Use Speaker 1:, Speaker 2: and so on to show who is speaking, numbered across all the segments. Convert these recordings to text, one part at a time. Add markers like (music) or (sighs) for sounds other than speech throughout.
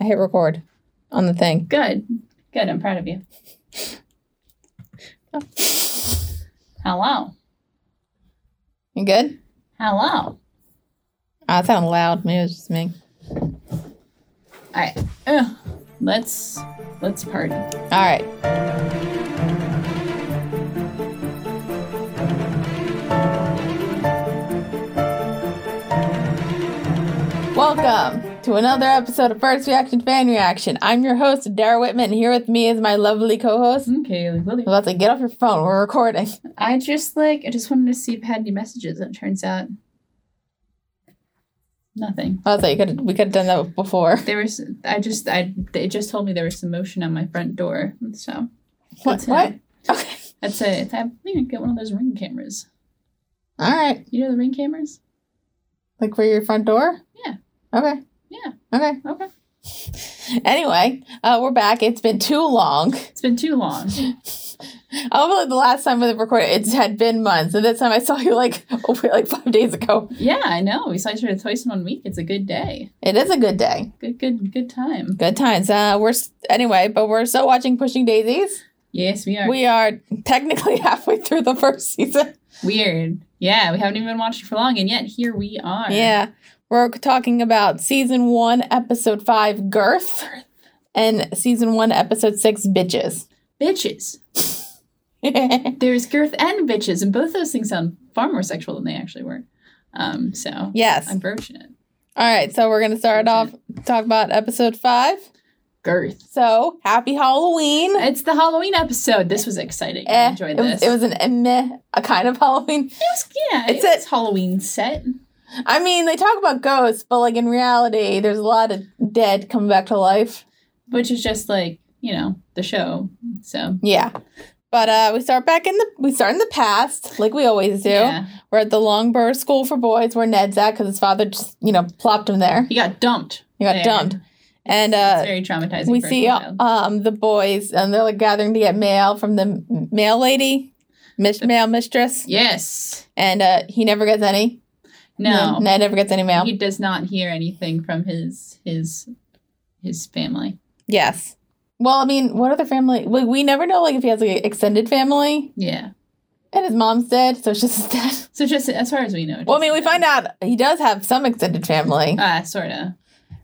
Speaker 1: I hit record on the thing.
Speaker 2: Good. Good. I'm proud of you. Hello.
Speaker 1: You good?
Speaker 2: Hello.
Speaker 1: I sound loud. Maybe it was just me.
Speaker 2: All right. Ugh. Let's let's party.
Speaker 1: All right. Welcome to another episode of First Reaction Fan Reaction. I'm your host, Dara Whitman. and Here with me is my lovely co-host. I
Speaker 2: Okay,
Speaker 1: was
Speaker 2: Lily.
Speaker 1: about to get off your phone. We're recording.
Speaker 2: I just like I just wanted to see if I had any messages. and It turns out nothing.
Speaker 1: I was like, you could we could have done that before.
Speaker 2: There was I just I they just told me there was some motion on my front door. So
Speaker 1: What?
Speaker 2: that's it.
Speaker 1: What? Okay.
Speaker 2: That's it. It's- I think I get one of those ring cameras.
Speaker 1: All right.
Speaker 2: You know the ring cameras?
Speaker 1: Like for your front door?
Speaker 2: Yeah.
Speaker 1: Okay.
Speaker 2: Yeah.
Speaker 1: Okay.
Speaker 2: Okay.
Speaker 1: Anyway, uh, we're back. It's been too long.
Speaker 2: It's been too long.
Speaker 1: I feel like the last time we recorded, it had been months, and this time I saw you like (laughs) over like five days ago.
Speaker 2: Yeah, I know. We saw each other twice in one week. It's a good day.
Speaker 1: It is a good day,
Speaker 2: Good, good, good time.
Speaker 1: good times. Uh, we're s- anyway, but we're still watching Pushing Daisies.
Speaker 2: Yes, we are.
Speaker 1: We are technically (laughs) halfway through the first season.
Speaker 2: Weird. Yeah, we haven't even watched it for long, and yet here we are.
Speaker 1: Yeah, we're talking about season one, episode five, girth, and season one, episode six, bitches. (laughs)
Speaker 2: Bitches.
Speaker 1: yeah,
Speaker 2: There's girth and bitches, and both those things sound far more sexual than they actually were. Um, so
Speaker 1: yes.
Speaker 2: unfortunate.
Speaker 1: All right, so we're gonna start off talk about episode five.
Speaker 2: Girth.
Speaker 1: So happy Halloween.
Speaker 2: It's the Halloween episode. This was exciting. I
Speaker 1: Eh,
Speaker 2: enjoyed
Speaker 1: it
Speaker 2: this.
Speaker 1: was, it was an eh, meh, a kind of (laughs) Halloween.
Speaker 2: It was- yeah,
Speaker 1: It's
Speaker 2: it's
Speaker 1: a-
Speaker 2: a Halloween set.
Speaker 1: I mean, they talk about ghosts, but like in reality, there's a lot of dead coming back to life.
Speaker 2: Which is just like, you know, the show. So
Speaker 1: Yeah, but uh, we start back in the we start in the past, like we always do.
Speaker 2: yeah.
Speaker 1: We're at the Longborough School for Boys, where Ned's at, because his father just you know plopped him there.
Speaker 2: He got dumped.
Speaker 1: He got
Speaker 2: there.
Speaker 1: dumped, and
Speaker 2: it's
Speaker 1: uh,
Speaker 2: very traumatizing.
Speaker 1: we
Speaker 2: for a
Speaker 1: see
Speaker 2: child.
Speaker 1: um the boys, and they're like gathering to get mail from the m- mail lady, mis- mail mistress,
Speaker 2: yes.
Speaker 1: and uh, he never gets any.
Speaker 2: No.
Speaker 1: Ned never gets any mail.
Speaker 2: He does not hear anything from his his his family.
Speaker 1: Yes. Well, I mean, what other family? We, we never know, like, if he has like an extended family,
Speaker 2: Yeah.
Speaker 1: and his mom's dead, so it's just his dad.
Speaker 2: So just as far as we know.
Speaker 1: Well, I mean, we find out he does have some extended family.
Speaker 2: Uh, sort of.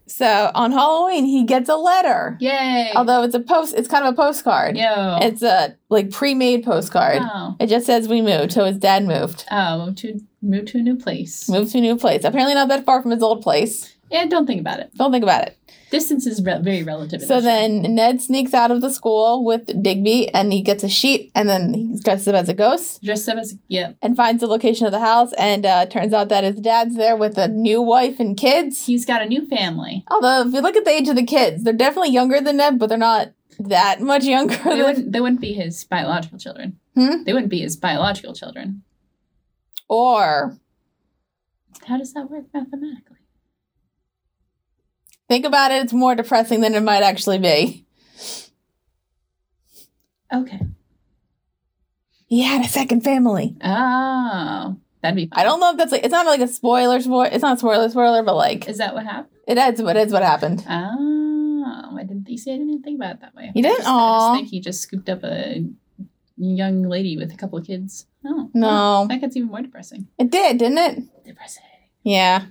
Speaker 1: So on Halloween, he gets a letter.
Speaker 2: Yay.
Speaker 1: Although it's a post, it's kind of a postcard.
Speaker 2: Yo.
Speaker 1: It's a like pre-made postcard.
Speaker 2: oh.
Speaker 1: It just says we moved, so his dad moved.
Speaker 2: oh, move to move to a new place.
Speaker 1: Moved to a new place. Apparently, not that far from his old place.
Speaker 2: Yeah, don't think about it.
Speaker 1: Don't think about it.
Speaker 2: Distance is re- very relative. in
Speaker 1: So
Speaker 2: this show.
Speaker 1: then Ned sneaks out of the school with Digby, and he gets a sheet, and then he dresses up as a ghost.
Speaker 2: dressed up as yeah,
Speaker 1: and finds the location of the house. And uh, turns out that his dad's there with a new wife and kids.
Speaker 2: he's got a
Speaker 1: (laughs)
Speaker 2: new family.
Speaker 1: Although, if you look at the age of the kids, they're definitely younger than them, but they're not that much younger
Speaker 2: They
Speaker 1: than.
Speaker 2: wouldn't. They wouldn't be his biological children.
Speaker 1: Hmm?
Speaker 2: They wouldn't be his biological children.
Speaker 1: (laughs) Or
Speaker 2: How does that work mathematically?
Speaker 1: think about it, it's more depressing than it might actually be.
Speaker 2: Okay.
Speaker 1: He had a second family.
Speaker 2: Oh, that'd be. Fun.
Speaker 1: I don't know if that's like it's not like a spoiler spoiler. It's not a spoiler spoiler, but like
Speaker 2: Is that what happened?
Speaker 1: it is what is what happened.
Speaker 2: Oh, I didn't you see. I didn't think about it that way.
Speaker 1: You
Speaker 2: I
Speaker 1: didn't?
Speaker 2: just- I just
Speaker 1: Aw.
Speaker 2: think he just scooped up a young lady with a couple of kids. Oh
Speaker 1: No,
Speaker 2: that gets even more depressing.
Speaker 1: it did, didn't it?
Speaker 2: Depressing.
Speaker 1: Yeah,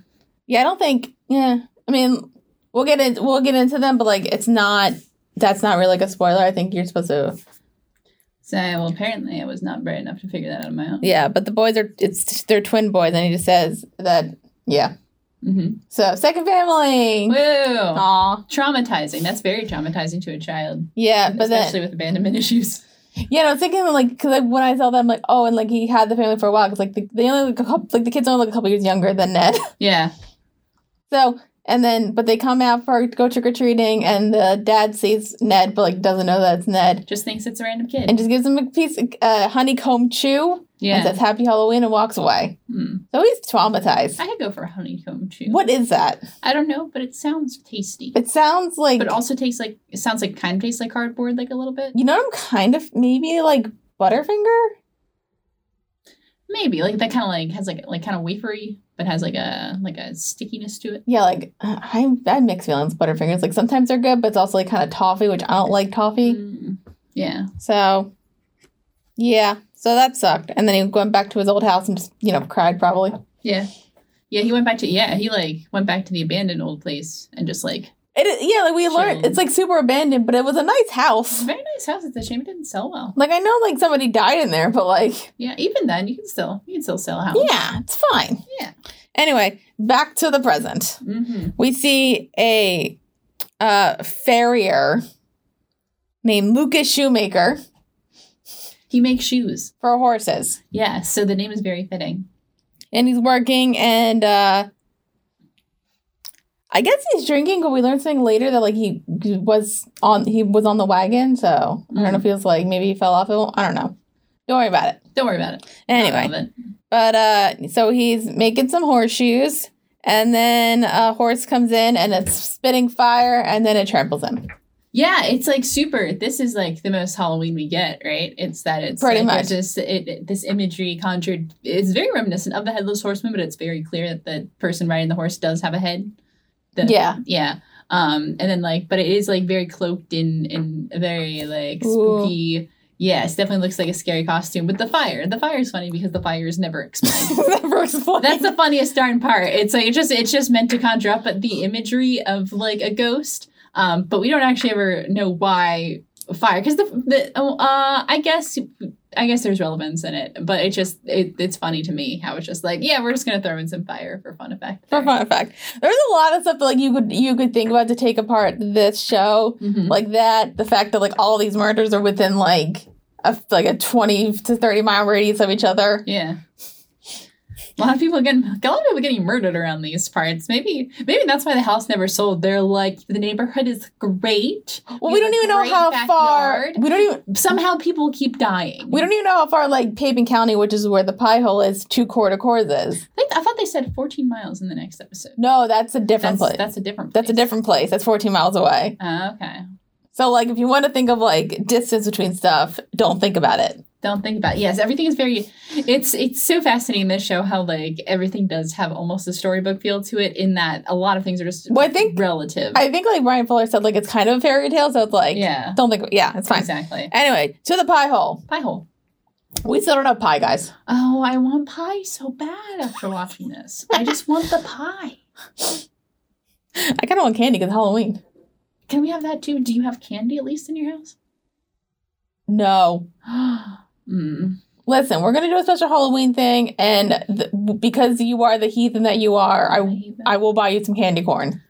Speaker 1: yeah. I don't think. Yeah, I mean, we'll get in. We'll get into them, but like, it's not. That's not really like a spoiler. I think you're supposed to.
Speaker 2: So well, apparently I was not bright enough to figure that out on my own.
Speaker 1: Yeah, but the boys are. It's they're twin boys, and he just says that. Yeah.
Speaker 2: Mm-hmm.
Speaker 1: So second family.
Speaker 2: Whoa.
Speaker 1: Aw.
Speaker 2: Traumatizing. That's very traumatizing to a child,
Speaker 1: Yeah, but then
Speaker 2: especially with abandonment (laughs) issues.
Speaker 1: yeah, and I was thinking like because like, when I saw them like oh and like he had the family for a while because like the, they only look a couple, like the kids only look a couple years younger than Ned. (laughs)
Speaker 2: Yeah.
Speaker 1: so and then but they come out for go trick or treating and the dad sees Ned but like doesn't know that it's Ned.
Speaker 2: Just thinks it's a random kid.
Speaker 1: and just gives him a piece of uh, honeycomb chew and
Speaker 2: yeah.
Speaker 1: says happy halloween and walks away
Speaker 2: Hmm.
Speaker 1: so he's traumatized
Speaker 2: I could go for a honeycomb too.
Speaker 1: what is that
Speaker 2: I don't know, but it sounds tasty.
Speaker 1: it sounds like
Speaker 2: But also tastes like it sounds like kind of tastes like cardboard, like a little bit.
Speaker 1: you know what i'm kind of maybe like butterfinger
Speaker 2: Maybe like that kind of like has like like kind of wafery but has like a like a stickiness to it.
Speaker 1: Yeah, like uh, I I have mixed feelings. Butterfingers, like sometimes they're good, but it's also like kind of toffee, which I don't like toffee.
Speaker 2: Mm, yeah,
Speaker 1: So, yeah, so that sucked. And then he went back to his old house and just you know cried probably.
Speaker 2: yeah, yeah. He went back to yeah. He like went back to the abandoned old place and just like
Speaker 1: It is, yeah, like we learned
Speaker 2: Shame.
Speaker 1: it's like super abandoned, but it was a nice
Speaker 2: it's
Speaker 1: house.
Speaker 2: a very nice house. It's a shame it didn't sell well.
Speaker 1: Like I know like somebody died in there, but like
Speaker 2: Yeah, even then you can still you can still sell a house.
Speaker 1: yeah, it's fine.
Speaker 2: Oh, Yeah.
Speaker 1: Anyway, back to the present.
Speaker 2: hmm
Speaker 1: We see a uh farrier named Lucas Shoemaker
Speaker 2: He makes shoes.
Speaker 1: for horses.
Speaker 2: Yeah, so the name is very fitting.
Speaker 1: And he's working and uh I guess he's drinking, but we learned something later that like he was on he was on the wagon, so I don't know if he was like maybe he fell off. it. I don't know. Don't worry about it.
Speaker 2: Don't worry about it.
Speaker 1: Anyway,
Speaker 2: I love it.
Speaker 1: But uh so he's making some horseshoes and then a horse comes in and it's spitting fire and then it tramples him. (laughs)
Speaker 2: Yeah, it's like super. This is like the most Halloween we get, right? It's that it's
Speaker 1: Pretty
Speaker 2: like,
Speaker 1: much.
Speaker 2: just it, it- this imagery conjured. It's very reminiscent of the headless horseman, but it's very clear that the person riding the horse does have a head. The-
Speaker 1: Yeah.
Speaker 2: yeah. Um, and then like, but it is like very cloaked in in a very like
Speaker 1: Ooh.
Speaker 2: spooky. Yes, definitely looks like a scary costume. But the fire, the fire is funny because the fire is never explained.
Speaker 1: Never explained.
Speaker 2: That's the funniest darn part. It's like it just it's just meant to conjure up the imagery of like a ghost, um, but we don't actually ever know why fire because the the oh, uh, I guess I guess there's relevance in it, but it just it, it's funny to me how it's just like yeah we're just gonna throw in some fire for fun
Speaker 1: (laughs)
Speaker 2: effect.
Speaker 1: for fun fact. There's a lot of stuff that like you could you could think about to take apart this show.
Speaker 2: Mhm.
Speaker 1: Like that, the fact that like all these murders are within like a like a twenty to thirty mile radius of each other.
Speaker 2: Yeah. A lot of people getting a lot of people getting murdered around these parts. Maybe maybe that's why the house never sold. They're like the neighborhood is great.
Speaker 1: Well, we don't
Speaker 2: have a
Speaker 1: even know
Speaker 2: great
Speaker 1: how far.
Speaker 2: backyard.
Speaker 1: We don't even
Speaker 2: Somehow people keep dying.
Speaker 1: we don't even know how far like Paven County, which is where the pie hole is, to Corticours is.
Speaker 2: I, think, I thought they said 14 miles in the next episode.
Speaker 1: No, that's a different
Speaker 2: That's,
Speaker 1: place.
Speaker 2: that's a different place.
Speaker 1: That's a different place. That's 14 miles away.
Speaker 2: Ah, okay.
Speaker 1: So, like, if you want to think of like distance between stuff, don't think about it.
Speaker 2: Don't think about Yes, everything is very it's it's so fascinating this show how like everything does have almost a storybook feel to it in that a lot of things are just
Speaker 1: Well, I think-
Speaker 2: relative.
Speaker 1: I think like Brian Fuller said, like, it's kind of a fairy tale. So it's like,
Speaker 2: yeah.
Speaker 1: don't think, yeah, it's fine.
Speaker 2: Exactly.
Speaker 1: Anyway, to the pie hole.
Speaker 2: Pie hole.
Speaker 1: We still don't have pie, guys.
Speaker 2: Oh, I want pie so bad after watching this. I just want the pie.
Speaker 1: I kind of want candy because Halloween.
Speaker 2: Can we have that too? Do you have candy at least in your house? (gasps)
Speaker 1: No.
Speaker 2: mm.
Speaker 1: Listen, we're going to do a special Halloween thing. And th- because you are the heathen that you are, I,
Speaker 2: hate that.
Speaker 1: I will buy you some candy corn.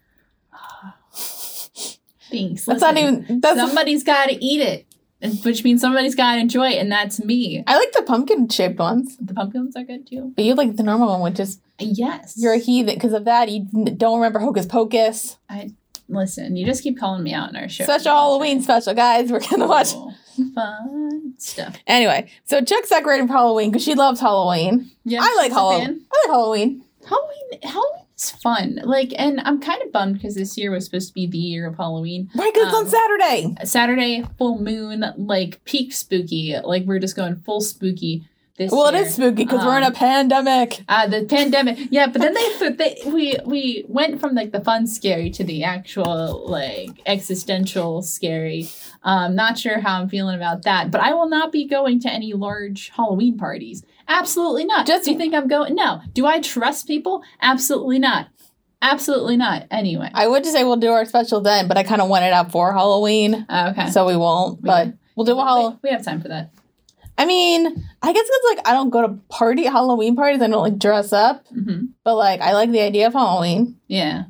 Speaker 2: Thanks.
Speaker 1: That's
Speaker 2: Listen,
Speaker 1: not even, that's,
Speaker 2: somebody's got to eat it, and- which means somebody's got to enjoy it, and that's me.
Speaker 1: I like the pumpkin shaped ones.
Speaker 2: The pumpkins are good too.
Speaker 1: But you like the normal one, which is
Speaker 2: Yes.
Speaker 1: You're a heathen because of that. You n- don't remember Hocus Pocus.
Speaker 2: Listen, you just keep calling me out in our show.
Speaker 1: Special Halloween special, guys. We're gonna watch.
Speaker 2: Oh, fun stuff.
Speaker 1: Anyway, so Chuck's decorating for Halloween because she loves Halloween.
Speaker 2: Yeah,
Speaker 1: I like
Speaker 2: she's a
Speaker 1: Halloween.
Speaker 2: fan.
Speaker 1: I like Halloween.
Speaker 2: Halloween. Halloween is fun. Like, and I'm kind of bummed because this year was supposed to be the year of Halloween.
Speaker 1: Right, 'cause
Speaker 2: Um,
Speaker 1: it's on Saturday.
Speaker 2: Saturday, full moon, like peak spooky. Like we're just going full spooky this
Speaker 1: Well, it
Speaker 2: year.
Speaker 1: is spooky because we're in a
Speaker 2: um,
Speaker 1: pandemic.
Speaker 2: Uh, the pandemic, yeah, but then they, they we we went from like the fun scary to the actual like existential scary. Um, not sure how I'm feeling about that, but I will not be going to any large Halloween parties. Absolutely not.
Speaker 1: Just-
Speaker 2: do you think I'm going? No. Do I trust people? Absolutely not. Absolutely not. Anyway,
Speaker 1: I would just say we'll do our special then, but I kind of want it out for Halloween,
Speaker 2: okay.
Speaker 1: so we won't.
Speaker 2: We
Speaker 1: But
Speaker 2: can-
Speaker 1: we'll do a Halloween.
Speaker 2: we have time for that.
Speaker 1: I mean, I guess it's like I don't go to party Halloween parties. I don't like dress up,
Speaker 2: hmm
Speaker 1: but like I like the idea of Halloween
Speaker 2: Yeah.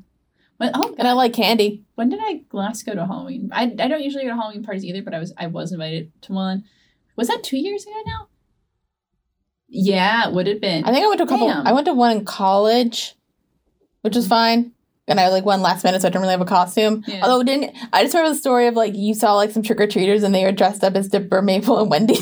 Speaker 2: When, oh,
Speaker 1: and I like candy.
Speaker 2: when did I last go to a Halloween? I, I don't usually go to Halloween parties either, but I was I was invited to one. Was that two years ago now? Yeah, it would have been.
Speaker 1: I think I went to a couple.
Speaker 2: Damn. Mm-hmm.
Speaker 1: I went to one in college, which was fine. And I like one last minute, so I didn't really have a costume.
Speaker 2: Yeah.
Speaker 1: Although didn't I just remember the story of like you saw like some trick or treaters and they were dressed up as Dipper, Maple, and
Speaker 2: (laughs)
Speaker 1: Wendy.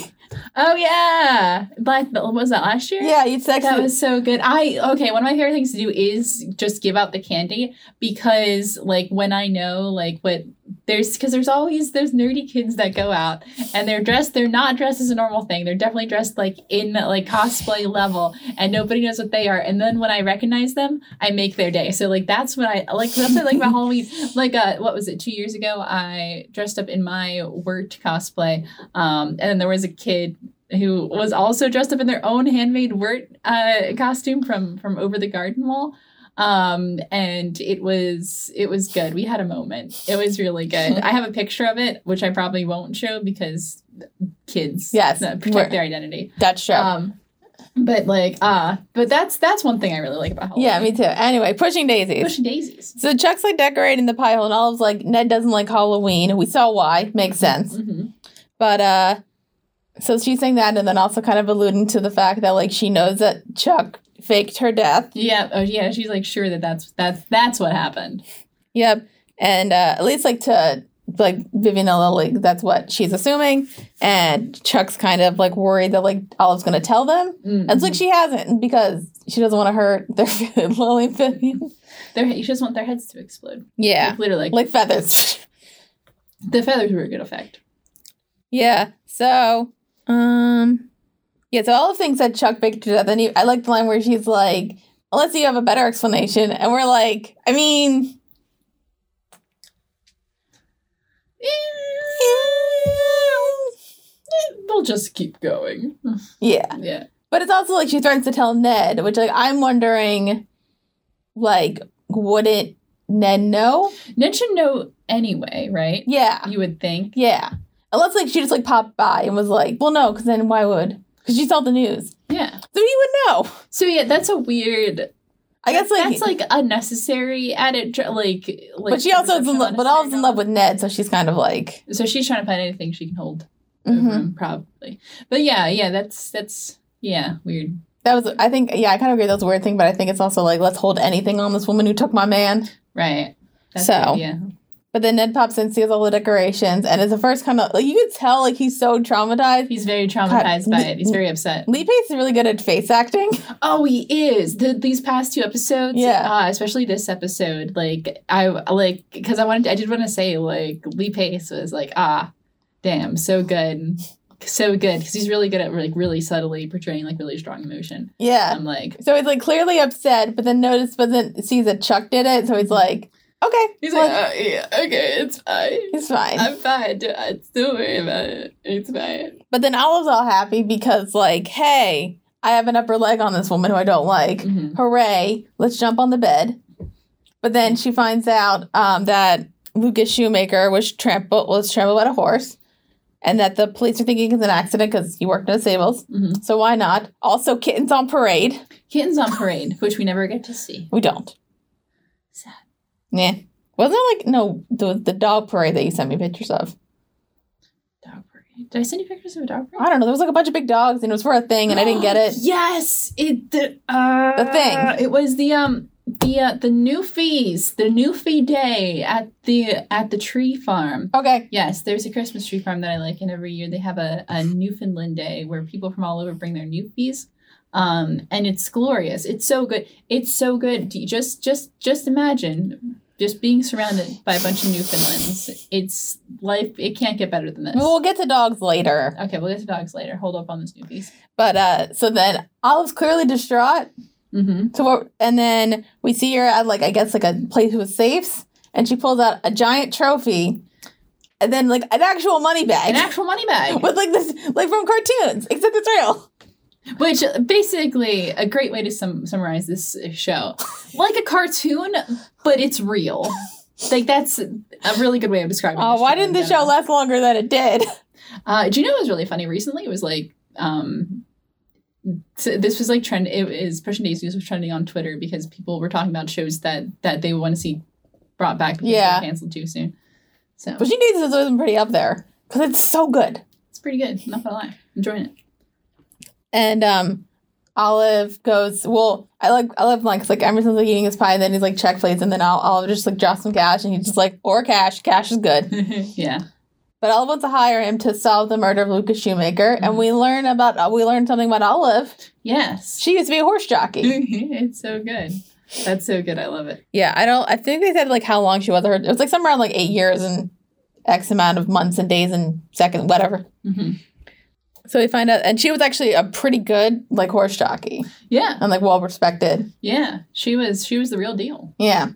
Speaker 2: oh yeah, Black was that last year?
Speaker 1: yeah, you sexy.
Speaker 2: That was so good. I okay, one of my favorite things to do is just give out the candy because like when I know like what there's because there's always those nerdy kids that go out and they're dressed they're not dressed as a normal thing they're definitely dressed like in like cosplay level and nobody knows what they are and then when i recognize them i make their day so like that's what i like that's what I like (laughs) my halloween like uh what was it two years ago i dressed up in my wort cosplay um and then there was a kid who was also dressed up in their own handmade wort uh costume from from over the garden wall um and it was it was good we had a moment it was
Speaker 1: (laughs)
Speaker 2: really good i have a picture of it which i probably won't show because kids
Speaker 1: Yes, we're-
Speaker 2: uh, protect their identity
Speaker 1: That's true.
Speaker 2: um but like uh but that's that's one thing i really like about Halloween.
Speaker 1: yeah, me too. Anyway, pushing daisies.
Speaker 2: push daisies
Speaker 1: so Chuck's like decorating the pie hole, and Olive's like, Ned doesn't like Halloween. We saw why. Makes sense.
Speaker 2: Mhm.
Speaker 1: But uh so she's saying that and then also kind of alluding to the fact that like she knows that Chuck faked her death.
Speaker 2: yeah oh yeah she's like sure that that's that's that's what happened
Speaker 1: Yep. And uh at least like to like Vivianella, like that's what she's assuming. And Chuck's kind of like worried that like Olive's gonna tell them.
Speaker 2: mm
Speaker 1: And it's like she hasn't because she doesn't want to hurt their (laughs) Lily and Vivian.
Speaker 2: their, you just want their heads to explode
Speaker 1: Yeah.
Speaker 2: like, literally like
Speaker 1: Like feathers. (laughs)
Speaker 2: the feathers were a good effect
Speaker 1: Yeah. So, um, yeah. So all the things that Chuck baked to death. And he, I like the line where she's like, "Unless you have a better explanation," and we're like, "I (laughs) mean."
Speaker 2: they'll Eh, just keep going
Speaker 1: Yeah,
Speaker 2: yeah
Speaker 1: but it's also like she threatens to tell Ned, which like I'm wondering, like, wouldn't Ned know?
Speaker 2: ned should know anyway right
Speaker 1: Yeah,
Speaker 2: you would think
Speaker 1: yeah. Unless like she just like popped by and was like, "Well, no," because then why would? Because she saw the news,
Speaker 2: yeah
Speaker 1: so he would know.
Speaker 2: so yeah that's a weird
Speaker 1: I guess like
Speaker 2: that's like unnecessary edit like, like
Speaker 1: but she also is in love, but Olive's in love with Ned, so she's kind of like,
Speaker 2: so she's trying to find anything she can hold
Speaker 1: mhm.
Speaker 2: over him probably but yeah yeah that's that's yeah weird
Speaker 1: that was. I think, yeah, I kind of agree. That's a weird thing, but I think it's also like, let's hold anything on this woman who took my man.
Speaker 2: right that's
Speaker 1: So-
Speaker 2: yeah
Speaker 1: But then Ned pops in, sees all the decorations, and is the first kind of like you could tell like he's so traumatized.
Speaker 2: he's very traumatized
Speaker 1: God,
Speaker 2: by
Speaker 1: n-
Speaker 2: it he's very upset
Speaker 1: Lee Pace is really good at face acting. (laughs)
Speaker 2: Oh, he is. The, these past two episodes,
Speaker 1: Yeah.
Speaker 2: uh, especially this episode, like I like because I wanted, I did want to say like Lee Pace was like, ah, damn, so good, so good, because he's really good at like really subtly portraying like really strong emotion.
Speaker 1: yeah.
Speaker 2: I'm like,
Speaker 1: So he's like clearly upset, but then notice, but then sees that Chuck did it, so he's like, okay,
Speaker 2: Mm-hmm. he's
Speaker 1: like,
Speaker 2: like, oh, yeah, okay, it's fine.
Speaker 1: it's fine.
Speaker 2: I'm fine. Don't don't worry about it. It's fine.
Speaker 1: but then Olive's all happy because like, hey, I have an upper leg on this woman who I don't like.
Speaker 2: Mhm.
Speaker 1: hooray, let's jump on the bed. But then she finds out um, that Lucas Shoemaker was trampled was trampled by a horse, and that the police are thinking it's an accident because he worked in the stables.
Speaker 2: Mhm.
Speaker 1: So why not? Also, kittens on parade.
Speaker 2: Kittens on parade, which we never get to see.
Speaker 1: We don't.
Speaker 2: Sad.
Speaker 1: Nah. Wasn't it like no the the dog parade that you sent me pictures of?
Speaker 2: Dog parade. Did I send you pictures of a dog parade?
Speaker 1: I don't know. There was like a bunch of big dogs, and it was for a thing, and I didn't
Speaker 2: (gasps)
Speaker 1: get it.
Speaker 2: Yes, it the uh,
Speaker 1: The thing.
Speaker 2: It was the um the uh, the new fees the new fee day at the at the tree farm.
Speaker 1: Okay.
Speaker 2: Yes, there's a Christmas tree farm that I like, and every year they have a, a Newfoundland day where people from all over bring their new fees. Um, and it's glorious. It's so good. It's so good. Do you Just just just imagine just being surrounded by a bunch of Newfoundlands. It's life. It can't get better than this.
Speaker 1: We'll get to dogs later.
Speaker 2: Okay, we'll get to dogs later. Hold up on this new piece.
Speaker 1: But uh so then Olive's clearly distraught
Speaker 2: Mm-hmm.
Speaker 1: So what, and then we see her at like I guess like a place with safes, and she pulls out a giant trophy, and then like an actual money
Speaker 2: An
Speaker 1: bag
Speaker 2: actual money bag.
Speaker 1: (laughs) with like this like from cartoons, except it's real.
Speaker 2: Which basically a great way to sum- summarize this show, like a cartoon, but it's real. Like that's a really good way of describing.
Speaker 1: Oh,
Speaker 2: this
Speaker 1: why
Speaker 2: show
Speaker 1: didn't
Speaker 2: in
Speaker 1: the show
Speaker 2: general.
Speaker 1: last longer than it did?
Speaker 2: Uh, do you know what was really funny recently? It was like um, t- this was like trend. It is Pushing Daisies was trending on Twitter because people were talking about shows that that they want to see brought back because
Speaker 1: Yeah.
Speaker 2: they were canceled too soon. So
Speaker 1: But she needs this wasn't pretty up there because it's so good.
Speaker 2: it's pretty good. Not gonna lie, enjoying it.
Speaker 1: And um, Olive goes, well, I like I love like 'cause, like Emerson's like eating his pie, and then he's like check plates, and then Ol- Olive just like drops some cash, and he's just like or cash, cash is good.
Speaker 2: (laughs) yeah.
Speaker 1: But Olive wants to hire him to solve the murder of Lucas Shoemaker, and
Speaker 2: Mhm.
Speaker 1: we learn about uh, we learn something about Olive.
Speaker 2: Yes.
Speaker 1: She used to be a horse (laughs) jockey.
Speaker 2: it's so good. That's so good. I love it.
Speaker 1: Yeah, I don't. I think they said like how long she was. Her it was like somewhere around like eight years, and X amount of months and days and seconds, whatever.
Speaker 2: Mhm.
Speaker 1: So we find out, and she was actually a pretty good like horse jockey
Speaker 2: Yeah,
Speaker 1: and like well respected.
Speaker 2: yeah. She was she was the real deal.
Speaker 1: Yeah.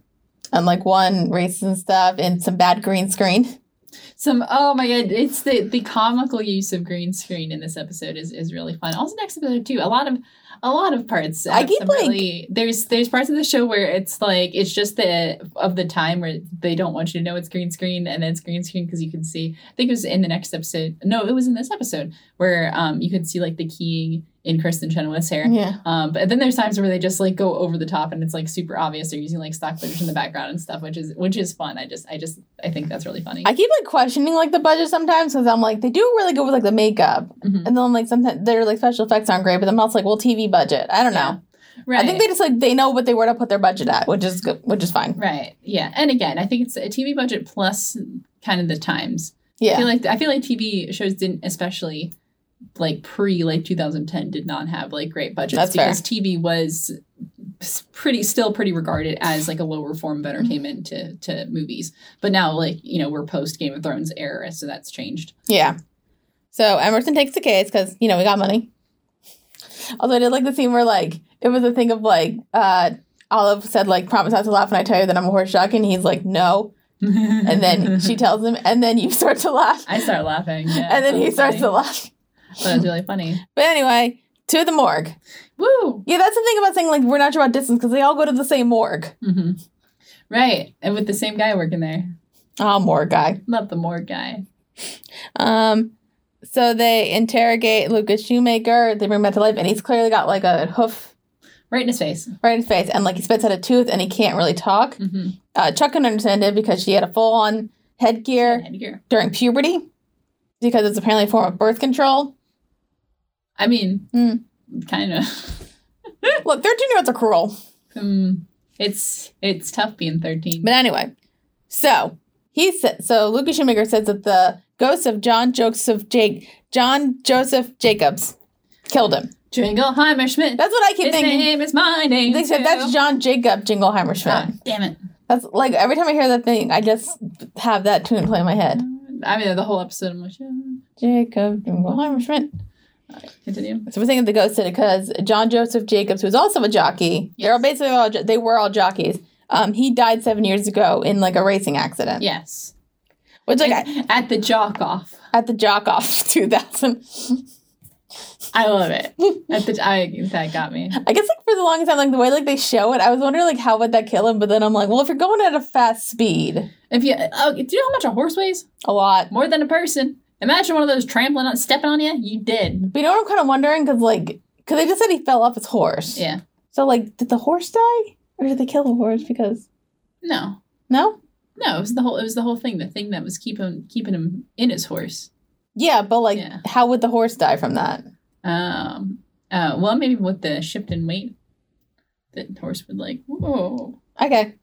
Speaker 1: And like one race and stuff and some bad green screen.
Speaker 2: Some oh my god, it's the the comical use of green screen in this episode is is really fun. Also next episode too, a lot of a lot of parts.
Speaker 1: I
Speaker 2: have
Speaker 1: keep,
Speaker 2: some
Speaker 1: like-
Speaker 2: really- there's there's parts of the show where it's like it's just the of the time where they don't want you to know it's green screen and then it's green screen because you can see. I think it was in the next episode. No, it was in this episode where um you could see like the keying in Kristen Chenoweth's hair.
Speaker 1: Yeah.
Speaker 2: Um, but then there's times where they just like go over the top and it's like super obvious. They're using like stock footage in the background and stuff, which is which is fun. I just I just I think that's really funny.
Speaker 1: I keep like questioning like the budget sometimes because I'm like, they do really good with like the makeup.
Speaker 2: Mhm.
Speaker 1: And then like sometimes their like special effects aren't great, but then also like, well, TV budget. I don't know.
Speaker 2: Right.
Speaker 1: I think they just like they know what they were to put their budget at, which is good, which is fine.
Speaker 2: right. Yeah. And again, I think it's a TV budget plus kind of the times. I
Speaker 1: Yeah.
Speaker 2: feel like I feel like TV shows didn't especially like pre like 2010 did not have like great budgets
Speaker 1: That's fair.
Speaker 2: because TV was s- pretty still pretty regarded as like a lower form of
Speaker 1: Mm-hmm.
Speaker 2: entertainment to to movies. But now like, you know, we're post Game of Thrones era, so that's changed.
Speaker 1: Yeah. So Emerson takes the case because you know we got money. Although I did like the scene where like it was a thing of like uh Olive said like promise not to laugh when I tell you that I'm a horse jockey, and he's like no, and
Speaker 2: (laughs)
Speaker 1: then she tells him, and then (laughs) you start to laugh,
Speaker 2: I start laughing. Yeah,
Speaker 1: and then he
Speaker 2: that's
Speaker 1: starts to
Speaker 2: funny.
Speaker 1: laugh.
Speaker 2: That was really funny.
Speaker 1: But anyway, to the morgue.
Speaker 2: Woo!
Speaker 1: Yeah, that's the thing about saying like we're not sure about distance because they all go to the same morgue.
Speaker 2: hmm Right, and with the same guy working there.
Speaker 1: Oh, morgue guy.
Speaker 2: Love the morgue guy.
Speaker 1: Um, so they interrogate Lucas Shoemaker. They bring him back to life, and he's clearly got like a hoof
Speaker 2: Right in his face.
Speaker 1: right in his face, and like he spits out a tooth, and he can't really talk.
Speaker 2: Mm-hmm.
Speaker 1: Uh, Chuck can understand it because she had a full on headgear during puberty because it's apparently a form of birth control.
Speaker 2: I mean,
Speaker 1: Mm.
Speaker 2: kind of.
Speaker 1: Look, 13 year olds are cruel.
Speaker 2: Mm. It's it's tough being thirteen.
Speaker 1: But anyway, so he said, so Lucas Shoemaker says that the ghost of John Joseph Jake, John Joseph Jacobs killed him.
Speaker 2: Jingleheimer Schmidt.
Speaker 1: That's what I keep
Speaker 2: His
Speaker 1: thinking.
Speaker 2: name is my name.
Speaker 1: They said
Speaker 2: too.
Speaker 1: that's John Jacob Jingleheimer Schmidt.
Speaker 2: Ah, damn it.
Speaker 1: That's like every time I hear that thing, I just have that tune play in my head.
Speaker 2: I mean, the whole episode. I'm like, yeah.
Speaker 1: Jacob Jingleheimer Schmidt.
Speaker 2: continue.
Speaker 1: So we're thinking the ghost did it because John Joseph Jacobs, who's also a jockey, they're all basically all jo- they were all jockeys. Um, he died seven years ago in like a racing accident,
Speaker 2: Yes.
Speaker 1: which like I-
Speaker 2: At the jock off.
Speaker 1: at the jock off (laughs) two thousand.
Speaker 2: I love it. At the I that got me.
Speaker 1: I guess like for the longest time, like the way like they show it, I was wondering like how would that kill him, but then I'm like, well, if you're going at a fast speed,
Speaker 2: If you oh, do you know how much a horse weighs?
Speaker 1: a lot.
Speaker 2: More than a person. Imagine one of those trampling on stepping on you. You did.
Speaker 1: But you know what I'm kind of wondering because like because they just said he fell off his horse.
Speaker 2: Yeah.
Speaker 1: So like, did the horse die, or did they kill the horse? Because
Speaker 2: No.
Speaker 1: no,
Speaker 2: No, it was the whole it was the whole thing, the thing that was keeping keeping him in his horse.
Speaker 1: yeah, but like,
Speaker 2: Yeah.
Speaker 1: how would the horse die from that?
Speaker 2: Um uh well maybe with the shift in weight the horse would like whoa.
Speaker 1: Okay,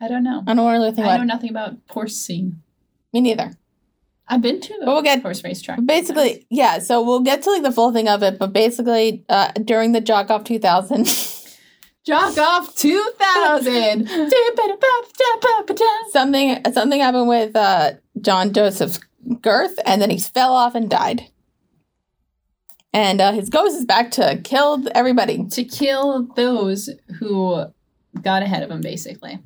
Speaker 2: I don't know.
Speaker 1: I don't really think
Speaker 2: I
Speaker 1: about it.
Speaker 2: know nothing about horsing.
Speaker 1: me neither.
Speaker 2: I've been to the
Speaker 1: Well, we'll get-
Speaker 2: horse racetrack.
Speaker 1: But basically, yeah. So we'll get to like the full thing of it, but basically, uh, during the jock off 2000, (laughs)
Speaker 2: Jock off two thousand.
Speaker 1: something something happened with uh, John Joseph's girth, and then he fell off and died. And uh, his ghost is back to kill everybody.
Speaker 2: to kill those who got ahead of him basically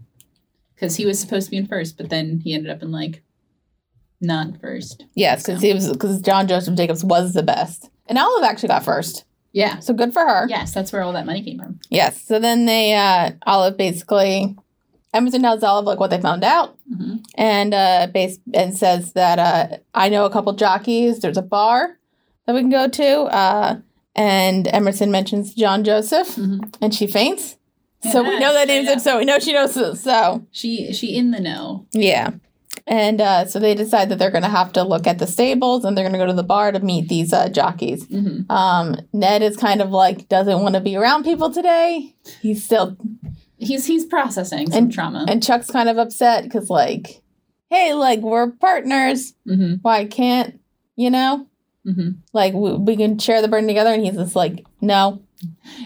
Speaker 2: because he was supposed to be in first but then he ended up in like not first
Speaker 1: Yes, because he was because John Joseph Jacobs was the best, and Olive actually got first.
Speaker 2: yeah
Speaker 1: So good for her.
Speaker 2: yes that's where all that money came from
Speaker 1: Yes. So then they uh Olive basically Emerson tells Olive like what they found out
Speaker 2: hmm
Speaker 1: and uh base and says that uh I know a couple jockeys, there's a bar that we can go to. Uh and Emerson mentions John Joseph
Speaker 2: hmm
Speaker 1: and she faints. So we
Speaker 2: Yeah,
Speaker 1: know that
Speaker 2: straight
Speaker 1: name's
Speaker 2: up.
Speaker 1: it, so we know she knows it. So
Speaker 2: she she in the know
Speaker 1: yeah. And uh, so they decide that they're going to have to look at the stables and they're going to go to the bar to meet these uh, jockeys.
Speaker 2: hmm
Speaker 1: Um, Ned is kind of like, doesn't want to be around people today. He's still
Speaker 2: he's he's processing some
Speaker 1: And-
Speaker 2: trauma
Speaker 1: And Chuck's kind of upset because, like, hey, like, we're partners.
Speaker 2: hmm
Speaker 1: Why can't, you know,
Speaker 2: hmm
Speaker 1: like, we, we can share the burden together? And he's just like, no.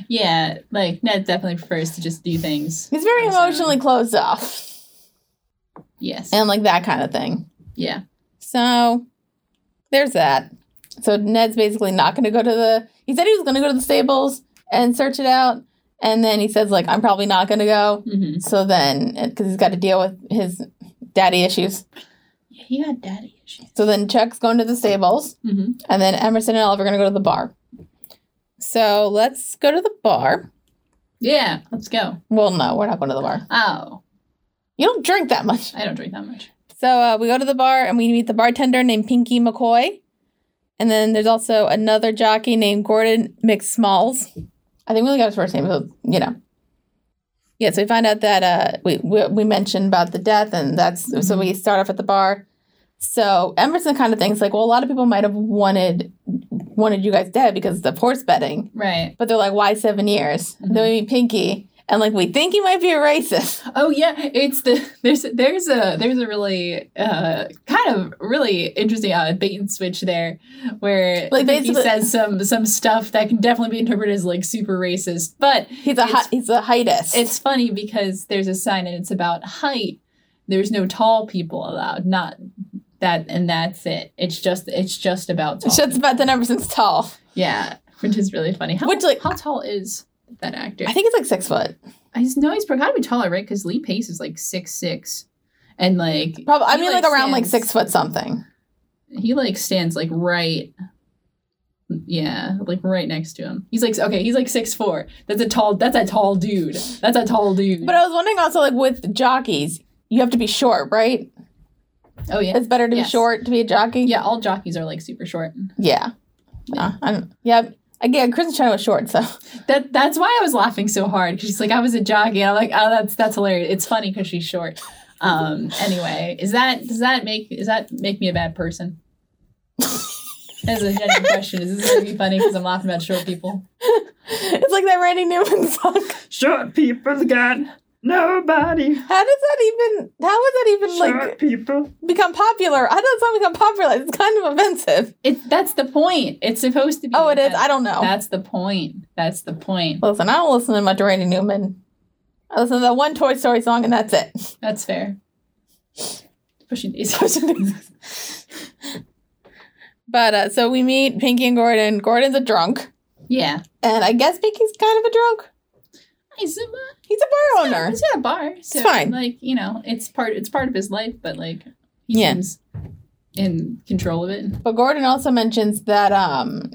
Speaker 2: yeah like ned definitely prefers to just do things
Speaker 1: He's very
Speaker 2: Understand.
Speaker 1: emotionally closed off
Speaker 2: yes
Speaker 1: and, like, that kind of thing.
Speaker 2: yeah
Speaker 1: So there's that. So Ned's basically not going to go to the. He said he was going to go to the stables and search it out, and then he says like I'm probably not going to go.
Speaker 2: Mm-hmm.
Speaker 1: So then, because he's got to deal with his daddy issues.
Speaker 2: Yeah, he got daddy issues.
Speaker 1: So then Chuck's going to the stables,
Speaker 2: Mm-hmm.
Speaker 1: and then Emerson and Oliver are going to go to the bar. So let's go to the bar.
Speaker 2: Yeah, let's go.
Speaker 1: Well, no, we're not going to the bar.
Speaker 2: Oh,
Speaker 1: You don't drink that much.
Speaker 2: I don't drink that much.
Speaker 1: So uh, we go to the bar and we meet the bartender named Pinky McCoy. And then there's also another jockey named Gordon McSmalls. I think we only got his first name, so, you know. Yeah, so we find out that uh, we, we, we mentioned about the death, and that's so
Speaker 2: Mm-hmm.
Speaker 1: we start off at the bar. So Emerson kind of thinks like, well, a lot of people might have wanted wanted you guys dead because of horse betting,
Speaker 2: Right.
Speaker 1: but they're like, why seven years? And then
Speaker 2: Mm-hmm.
Speaker 1: we meet Pinky, and like we think he might be a racist. (laughs)
Speaker 2: Oh yeah, it's the (laughs) there's there's a there's a really uh kind of really interesting uh bait and switch there where
Speaker 1: Like,
Speaker 2: like he
Speaker 1: basically-
Speaker 2: says some some stuff that can definitely be interpreted as like super racist, but
Speaker 1: He's a hi-
Speaker 2: It's-
Speaker 1: he's a heightist.
Speaker 2: It's funny because there's a sign and it's about height. There's no tall people allowed. Not that, and that's it. It's just it's just about tall.
Speaker 1: It's just about the number since tall.
Speaker 2: yeah, which is really funny. How,
Speaker 1: Which, like-
Speaker 2: how tall is that actor?
Speaker 1: I think it's like six foot.
Speaker 2: I just know he's gotta be taller, right? Because Lee Pace is like six six, and like
Speaker 1: Probably. I
Speaker 2: He,
Speaker 1: mean, like,
Speaker 2: like,
Speaker 1: around like
Speaker 2: stands.
Speaker 1: six foot something.
Speaker 2: he like stands like right. Yeah, like right next to him. He's like okay, he's like six four. That's a tall. That's a tall dude. That's a tall dude.
Speaker 1: But I was wondering also, like, with jockeys, you have to be short, right?
Speaker 2: oh yeah,
Speaker 1: It's better to be
Speaker 2: Yes.
Speaker 1: short to be a jockey.
Speaker 2: yeah. All jockeys are like super short.
Speaker 1: Yeah. Yeah. I don't, yeah. Again, Chris China was short, so (laughs)
Speaker 2: That that's why I was laughing so hard because she's like I was a jockey. I'm like oh that's that's hilarious. It's funny because she's short. Um. Anyway, is that does that make is that make me a bad person? That's a genuine question. Is this gonna be funny because I'm laughing about short people?
Speaker 1: it's like that Randy Newman song.
Speaker 3: Short people got nobody.
Speaker 1: How does that even? How would that even
Speaker 3: Short
Speaker 1: like
Speaker 3: people.
Speaker 1: become popular? How does that become popular? It's kind of offensive.
Speaker 2: It that's the point. It's supposed to be.
Speaker 1: Oh, it is.
Speaker 2: that-
Speaker 1: I don't know.
Speaker 2: That's the point. That's the point.
Speaker 1: Listen, I don't listen to much Randy Newman. I listen to that one Toy Story song, and that's it.
Speaker 2: That's fair. Pushing these.
Speaker 1: But uh, so we meet Pinky and Gordon. Gordon's a drunk,
Speaker 2: yeah.
Speaker 1: and I guess Pinky's kind of a drunk.
Speaker 2: He's a,
Speaker 1: He's a bar owner.
Speaker 2: he's got a bar. So
Speaker 1: Oh, fine.
Speaker 2: Like you know, it's part. It's part of his life, but like he
Speaker 1: Yeah.
Speaker 2: seems in control of it.
Speaker 1: But Gordon also mentions that um,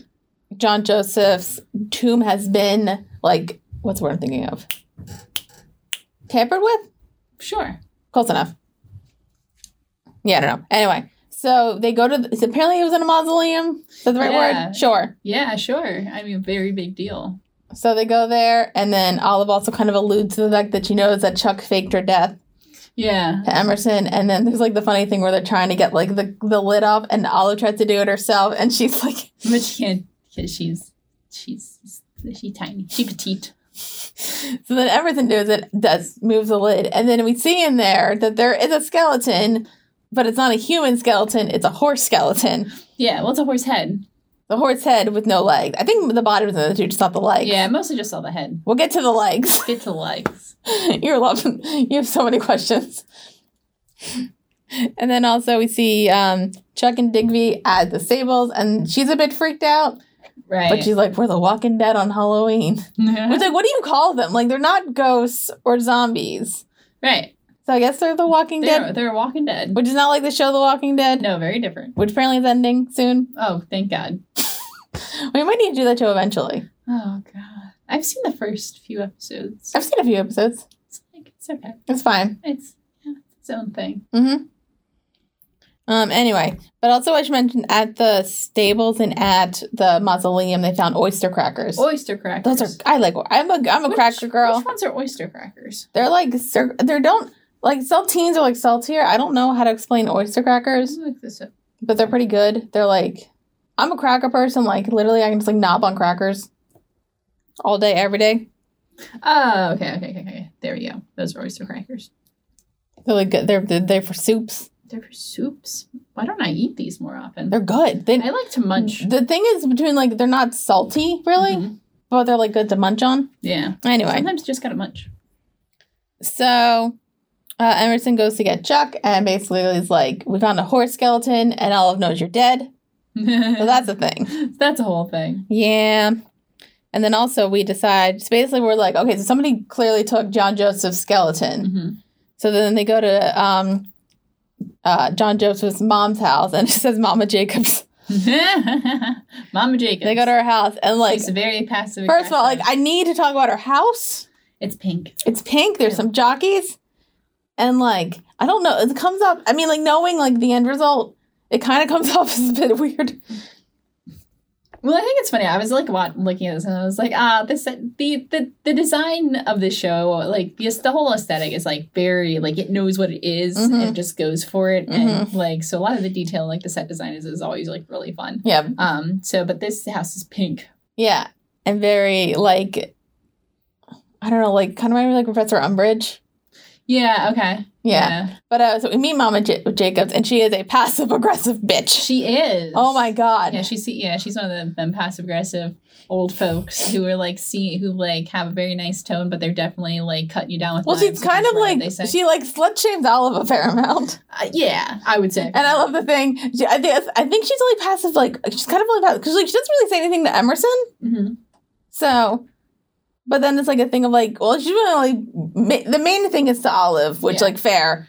Speaker 1: John Joseph's tomb has been like what's the word I'm thinking of? Tampered with?
Speaker 2: Sure.
Speaker 1: Close enough. Yeah, I don't know. Anyway, so they go to. The, apparently, it was in a mausoleum. Is that the right
Speaker 2: Yeah.
Speaker 1: word? Sure.
Speaker 2: Yeah, sure. I mean, very big deal.
Speaker 1: So they go there, and then Olive also kind of alludes to the fact that she knows that Chuck faked her death
Speaker 2: Yeah.
Speaker 1: to Emerson. And then there's like the funny thing where they're trying to get like the, the lid off, and Olive tries to do it herself, and she's (laughs) like,
Speaker 2: But she can't because she's she's she tiny. She petite.
Speaker 1: so then Emerson does it, does moves the lid, and then we see in there that there is a skeleton, but it's not a human skeleton; it's a horse skeleton,
Speaker 2: Yeah. Well, it's a horse head.
Speaker 1: the horse head with no legs. I think the body was in there too, just not the legs.
Speaker 2: Yeah. I Mostly just saw the head.
Speaker 1: we'll get to the legs.
Speaker 2: Get to legs.
Speaker 1: (laughs) You're loving. You have so many questions. And then also we see um, Chuck and Digby at the stables, and she's a bit freaked out,
Speaker 2: Right.
Speaker 1: but
Speaker 2: (laughs)
Speaker 1: she's like, "We're the Walking Dead on Halloween." It's like, what do you call them? Like, they're not ghosts or zombies.
Speaker 2: right.
Speaker 1: So I guess they're the Walking
Speaker 2: They're,
Speaker 1: Dead,
Speaker 2: they're Walking Dead.
Speaker 1: which is not like the show The Walking Dead,
Speaker 2: No, very different.
Speaker 1: which apparently is ending soon.
Speaker 2: Oh, thank God.
Speaker 1: We might need to do that show eventually.
Speaker 2: Oh God. I've seen the first few episodes.
Speaker 1: I've seen a few episodes.
Speaker 2: It's like it's okay.
Speaker 1: It's fine.
Speaker 2: It's yeah, it's its own thing.
Speaker 1: Mm-hmm. Um. Anyway, but also I should mention at the stables and at the mausoleum they found oyster crackers.
Speaker 2: Oyster crackers.
Speaker 1: Those are I like. I'm a I'm a
Speaker 2: Which-
Speaker 1: cracker girl.
Speaker 2: Which ones are oyster crackers?
Speaker 1: They're like cir- they don't like saltines are like saltier. I don't know how to explain oyster crackers,
Speaker 2: Look this up.
Speaker 1: but they're pretty good. They're like I'm a cracker person. Like literally, I can just like knob on crackers all day, every day.
Speaker 2: Oh, okay, okay, okay, okay. There we go. Those are oyster crackers.
Speaker 1: They're like good. They're they're, they're for soups.
Speaker 2: They're for soups. Why don't I eat these more often?
Speaker 1: They're good. They,
Speaker 2: I like to munch.
Speaker 1: the thing is between like they're not salty really,
Speaker 2: Mhm.
Speaker 1: but they're like good to munch on.
Speaker 2: Yeah.
Speaker 1: Anyway,
Speaker 2: Sometimes you just gotta munch.
Speaker 1: so uh, Emerson goes to get Chuck and basically is like, "We found a horse skeleton, and Olive knows you're dead." So that's a thing.
Speaker 2: (laughs) that's a whole thing.
Speaker 1: Yeah. And then also we decide. So basically, we're like, okay, so somebody clearly took John Joseph's skeleton.
Speaker 2: Mhm.
Speaker 1: So then they go to um, uh, John Joseph's mom's house, and (laughs) it says Mama Jacobs.
Speaker 2: (laughs) Mama Jacobs.
Speaker 1: They go to her house, and like,
Speaker 2: She's very passive.
Speaker 1: first of all, like,
Speaker 2: aggressive.
Speaker 1: I need to talk about her house.
Speaker 2: it's pink.
Speaker 1: It's pink. There's some jockeys, and like, I don't know. It comes up. I mean, like knowing like the end result, it kind of comes (laughs) off as a bit weird.
Speaker 2: Well, I think it's funny. I was like wa- looking at this and I was like, ah, this the the the design of the show, like just the whole aesthetic is like very like it knows what it is and
Speaker 1: Mm-hmm.
Speaker 2: it just goes for it and like so a lot of the detail like the set design is, is always like really fun.
Speaker 1: Yeah,
Speaker 2: Um. So, but this house is pink.
Speaker 1: yeah, and very like, I don't know, like kind of reminded me of, like Professor Umbridge.
Speaker 2: Yeah. Okay.
Speaker 1: Yeah. But uh, so we meet Mama J- Jacobs, and she is a passive aggressive bitch.
Speaker 2: She is.
Speaker 1: Oh my god.
Speaker 2: Yeah, she's yeah, she's one of the them passive aggressive old folks who are like see who like have a very nice tone, but they're definitely like cutting you down with.
Speaker 1: well, she's
Speaker 2: knives,
Speaker 1: kind
Speaker 2: which
Speaker 1: of
Speaker 2: is what
Speaker 1: like
Speaker 2: they say.
Speaker 1: she like slut shames Olive a fair
Speaker 2: (laughs)
Speaker 1: amount,
Speaker 2: Uh, yeah, I would say.
Speaker 1: and I love the thing. She, I think I think she's only passive like she's kind of only passive because like she doesn't really say anything to Emerson.
Speaker 2: Mhm.
Speaker 1: So, but then it's like a thing of like, well, she's really only ma- the main thing is to Olive, which
Speaker 2: Yeah.
Speaker 1: like fair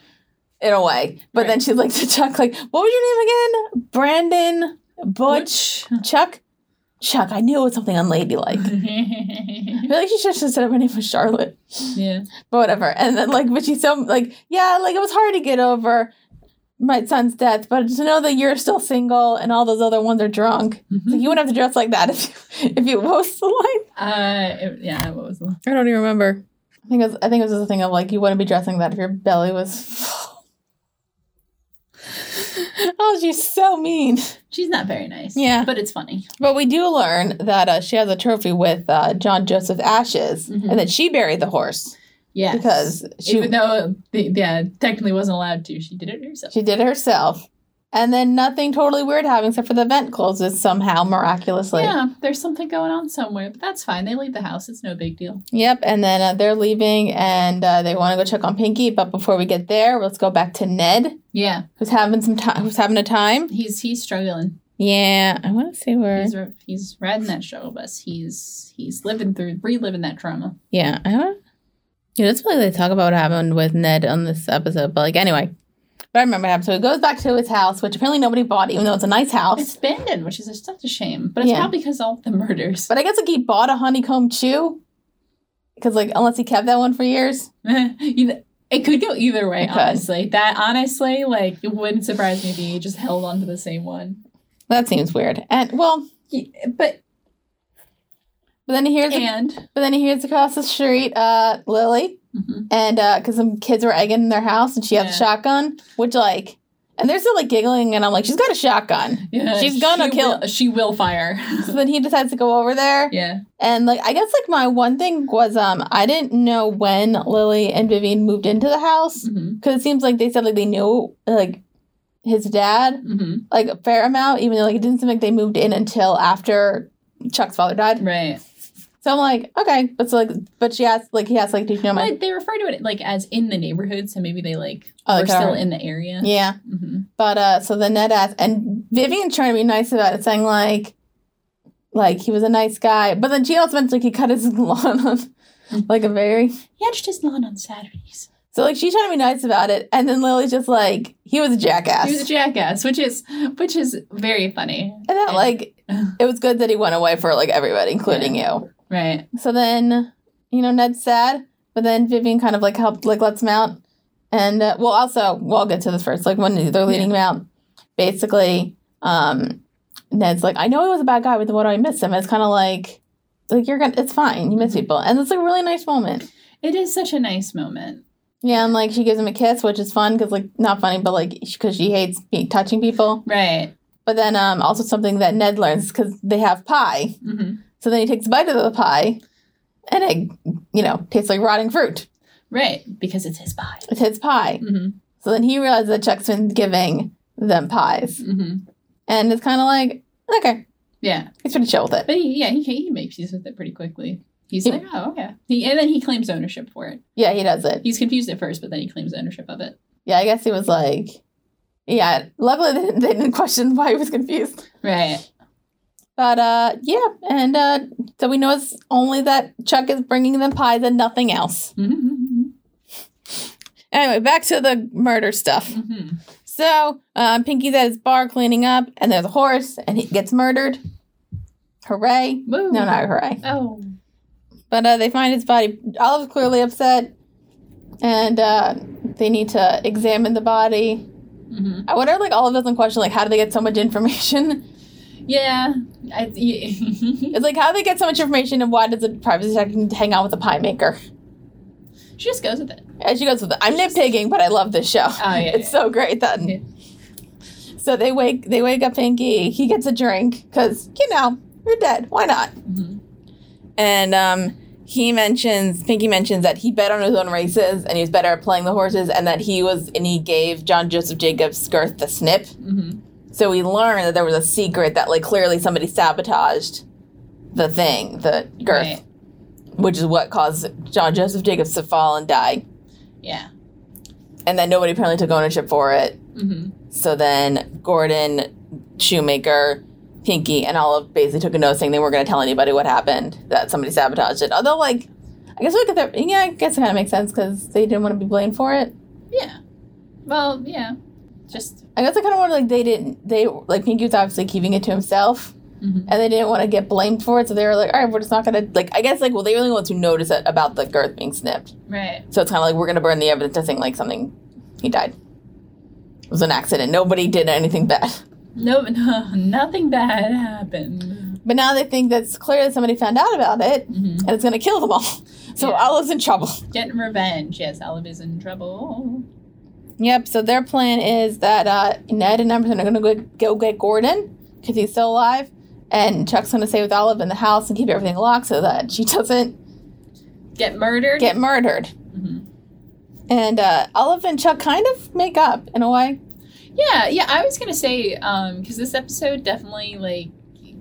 Speaker 1: in a way. But
Speaker 2: Right.
Speaker 1: then she's like to Chuck, like, what was your name again? Brandon Butch, Chuck. Chuck, I knew it was something unladylike. (laughs) I feel like she should have said my name was Charlotte,
Speaker 2: yeah.
Speaker 1: but whatever. And then like, but she's so like, yeah, like it was hard to get over my son's death, but to know that you're still single and all those other ones are drunk, like, you wouldn't have to dress like that if you, if you what was the line.
Speaker 2: Uh, it- yeah. What was the?
Speaker 1: I don't even remember. I think it was, I think it was just a thing of like you wouldn't be dressing that if your belly was full. (laughs) oh, she's so mean.
Speaker 2: She's not very nice.
Speaker 1: Yeah.
Speaker 2: But it's funny.
Speaker 1: But we do learn that uh, she has a trophy with uh, John Joseph's ashes,
Speaker 2: Mhm.
Speaker 1: and that she buried the horse
Speaker 2: Yeah.
Speaker 1: because she
Speaker 2: even though the, yeah technically wasn't allowed to, she did it herself.
Speaker 1: She did it herself. And then nothing totally weird happens except for the vent closes somehow miraculously.
Speaker 2: yeah, there's something going on somewhere, but that's fine. They leave the house; it's no big deal.
Speaker 1: Yep. And then uh, they're leaving and uh, they want to go check on Pinky. But before we get there, let's go back to Ned,
Speaker 2: Yeah,
Speaker 1: who's having some time. Who's having a time?
Speaker 2: he's he's struggling.
Speaker 1: Yeah, I want to see where.
Speaker 2: He's re- he's riding that shuttle bus. He's he's living through reliving that trauma.
Speaker 1: Yeah, I don't. Yeah, that's really they talk about what happened with Ned on this episode. But like, anyway, but I remember what happened. So he goes back to his house, which apparently nobody bought, even though it's a nice
Speaker 2: It's (laughs)
Speaker 1: house.
Speaker 2: abandoned, which is just such a shame. But it's
Speaker 1: Yeah.
Speaker 2: probably because all the murders.
Speaker 1: But I guess like he bought a honeycomb chew, because like unless he kept that one for years.
Speaker 2: (laughs) you know, it could go either way.
Speaker 1: It could.
Speaker 2: Honestly, that honestly, like, it wouldn't surprise me if he just held on to the same one.
Speaker 1: That seems weird. And well,
Speaker 2: But
Speaker 1: but then he hears,
Speaker 2: and
Speaker 1: but then he hears across the street, uh, Lily,
Speaker 2: Mhm.
Speaker 1: and because some kids were egging in their house, and she had
Speaker 2: Yeah.
Speaker 1: a shotgun, which like, and they're still like giggling, and I'm like, she's got a shotgun.
Speaker 2: yeah,
Speaker 1: She's gonna
Speaker 2: she
Speaker 1: kill-
Speaker 2: will- she will fire. (laughs)
Speaker 1: So then he decides to go over there,
Speaker 2: yeah,
Speaker 1: and like, I guess like my one thing was, um, I didn't know when Lily and Vivian moved into the house
Speaker 2: hmm
Speaker 1: because it seems like they said like they knew like his dad
Speaker 2: hmm
Speaker 1: like a fair amount, even though like it didn't seem like they moved in until after Chuck's father died.
Speaker 2: right.
Speaker 1: So I'm like, okay, but so like, but she asked, like, he asked, like, did you know my?
Speaker 2: But they refer to it like as in the neighborhood, so maybe they like
Speaker 1: Oh,
Speaker 2: are
Speaker 1: like,
Speaker 2: still
Speaker 1: are-
Speaker 2: in the area.
Speaker 1: Yeah,
Speaker 2: hmm
Speaker 1: but uh, so then Ned asked, and Vivian's trying to be nice about it, saying like, like he was a nice guy, but then she also mentioned like he cut his (laughs) lawn on, like a very.
Speaker 2: He edged his lawn on Saturdays.
Speaker 1: So like she's trying to be nice about it, and then Lily's just like, he was a jackass,
Speaker 2: He was a jackass, which is which is very funny.
Speaker 1: and that like, it was good that he went away for like everybody, including you.
Speaker 2: Right.
Speaker 1: So then, you know, Ned's sad, but then Vivian kind of like helped, like lets him out. And uh, well, also, we'll I'll get to this first. Like when they're leading him out, basically, um, Ned's like, I know he was a bad guy, but then why do I miss him? It's kind of like, like you're gonna, it's fine, you miss people, and it's like a really nice moment.
Speaker 2: It is such a nice moment.
Speaker 1: Yeah, and like she gives him a kiss, which is fun because like not funny, but like because she hates being touching people.
Speaker 2: Right.
Speaker 1: But then um, also something that Ned learns because they have pie,
Speaker 2: hmm
Speaker 1: so then he takes a bite of the pie, and it you know tastes like rotting fruit.
Speaker 2: Right. Because it's his body.
Speaker 1: It's his pie.
Speaker 2: hmm
Speaker 1: So then he realizes that Chuck's been giving them pies.
Speaker 2: hmm
Speaker 1: And it's kind of like, okay,
Speaker 2: Yeah.
Speaker 1: he's pretty chill with it.
Speaker 2: But he, yeah, he, he made peace with it pretty quickly. He's
Speaker 1: Yeah.
Speaker 2: like, oh, okay. He, and then he claims ownership for it.
Speaker 1: Yeah, he does it.
Speaker 2: He's confused at first, but then he claims ownership of it.
Speaker 1: Yeah, I guess he was like, yeah. Luckily, they didn't, they didn't question why he was confused.
Speaker 2: Right.
Speaker 1: But uh, yeah, and uh, so we know it's only that Chuck is bringing them pies and nothing else.
Speaker 2: Mm-hmm.
Speaker 1: Anyway, back to the murder stuff.
Speaker 2: hmm
Speaker 1: So um, Pinky's at his bar cleaning up, and there's a horse, and he gets murdered. Hooray!
Speaker 2: Woo.
Speaker 1: No, not hooray.
Speaker 2: Oh.
Speaker 1: But uh, they find his body. Olive's clearly upset, and uh, they need to examine the body.
Speaker 2: hmm
Speaker 1: I wonder, like, Olive doesn't question, like, how do they get so much information? (laughs)
Speaker 2: Yeah. I, yeah. (laughs)
Speaker 1: It's like, how do they get so much information, and why does a private detective hang out with a pie maker?
Speaker 2: she just goes with it.
Speaker 1: And she goes with, "I'm nitpicking, but I love this show.
Speaker 2: Oh, yeah.
Speaker 1: It's so great." Then,
Speaker 2: Yeah.
Speaker 1: so they wake they wake up Pinky. He gets a drink because you know you're dead. Why not?
Speaker 2: Mhm.
Speaker 1: And um, he mentions Pinky mentions that he bet on his own races and he was better at playing the horses, and that he was and he gave John Joseph Jacobs Skirth the snip.
Speaker 2: Mhm.
Speaker 1: So we learn that there was a secret that like clearly somebody sabotaged the thing, the girth,
Speaker 2: Right.
Speaker 1: which is what caused John Joseph Jacobs to fall and die.
Speaker 2: Yeah.
Speaker 1: And then nobody apparently took ownership for it.
Speaker 2: hmm
Speaker 1: So then Gordon, Shoemaker, Pinky, and Olive basically took a note saying they weren't going to tell anybody what happened, that somebody sabotaged it. Although, like, I guess look at their, yeah, I guess it kind of makes sense because they didn't want to be blamed for it.
Speaker 2: Yeah. Well, yeah. Just.
Speaker 1: I guess I kind of wonder, like, they didn't, they, like, Pinky was obviously keeping it to himself
Speaker 2: Mhm.
Speaker 1: and they didn't want to get blamed for it. So they were like, all right, we're just not going to, like, I guess, like, well, they really want to notice it about the girth being snipped.
Speaker 2: Right.
Speaker 1: So it's kind of like, we're going to burn the evidence to think, like, something, he died. It was an accident. Nobody did anything bad.
Speaker 2: No, (laughs) no, nothing bad happened.
Speaker 1: But now they think that's clear that somebody found out about it
Speaker 2: hmm
Speaker 1: and it's going to kill them all. (laughs) So
Speaker 2: Yeah.
Speaker 1: Olive's in trouble.
Speaker 2: Getting revenge. Yes, Olive is in trouble.
Speaker 1: Yep. So their plan is that uh, Ned and Emerson are going to go get Gordon because he's still alive. And Chuck's going to stay with Olive in the house and keep everything locked so that she doesn't
Speaker 2: Get murdered.
Speaker 1: get murdered.
Speaker 2: Mhm.
Speaker 1: And uh, Olive and Chuck kind of make up in a way.
Speaker 2: Yeah, yeah. I was gonna say um because this episode definitely like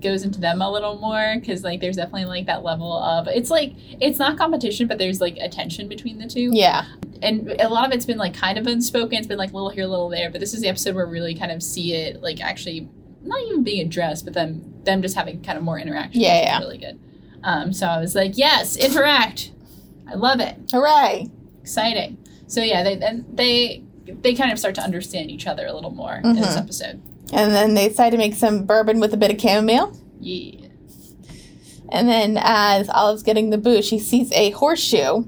Speaker 2: goes into them a little more because like there's definitely like that level of it's like it's not competition but there's like a tension between the two
Speaker 1: Yeah.
Speaker 2: and a lot of it's been like kind of unspoken it's been like little here little there but this is the episode where we really kind of see it like actually not even being addressed but them them just having kind of more interaction
Speaker 1: Yeah,
Speaker 2: which is
Speaker 1: yeah.
Speaker 2: really good um so i was like yes interact i love it
Speaker 1: Hooray.
Speaker 2: exciting so yeah they and they they kind of start to understand each other a little more in this
Speaker 1: Mhm.
Speaker 2: episode
Speaker 1: And then they decide to make some bourbon with a bit of chamomile.
Speaker 2: Yeah.
Speaker 1: And then as Olive's getting the boot, she sees a horseshoe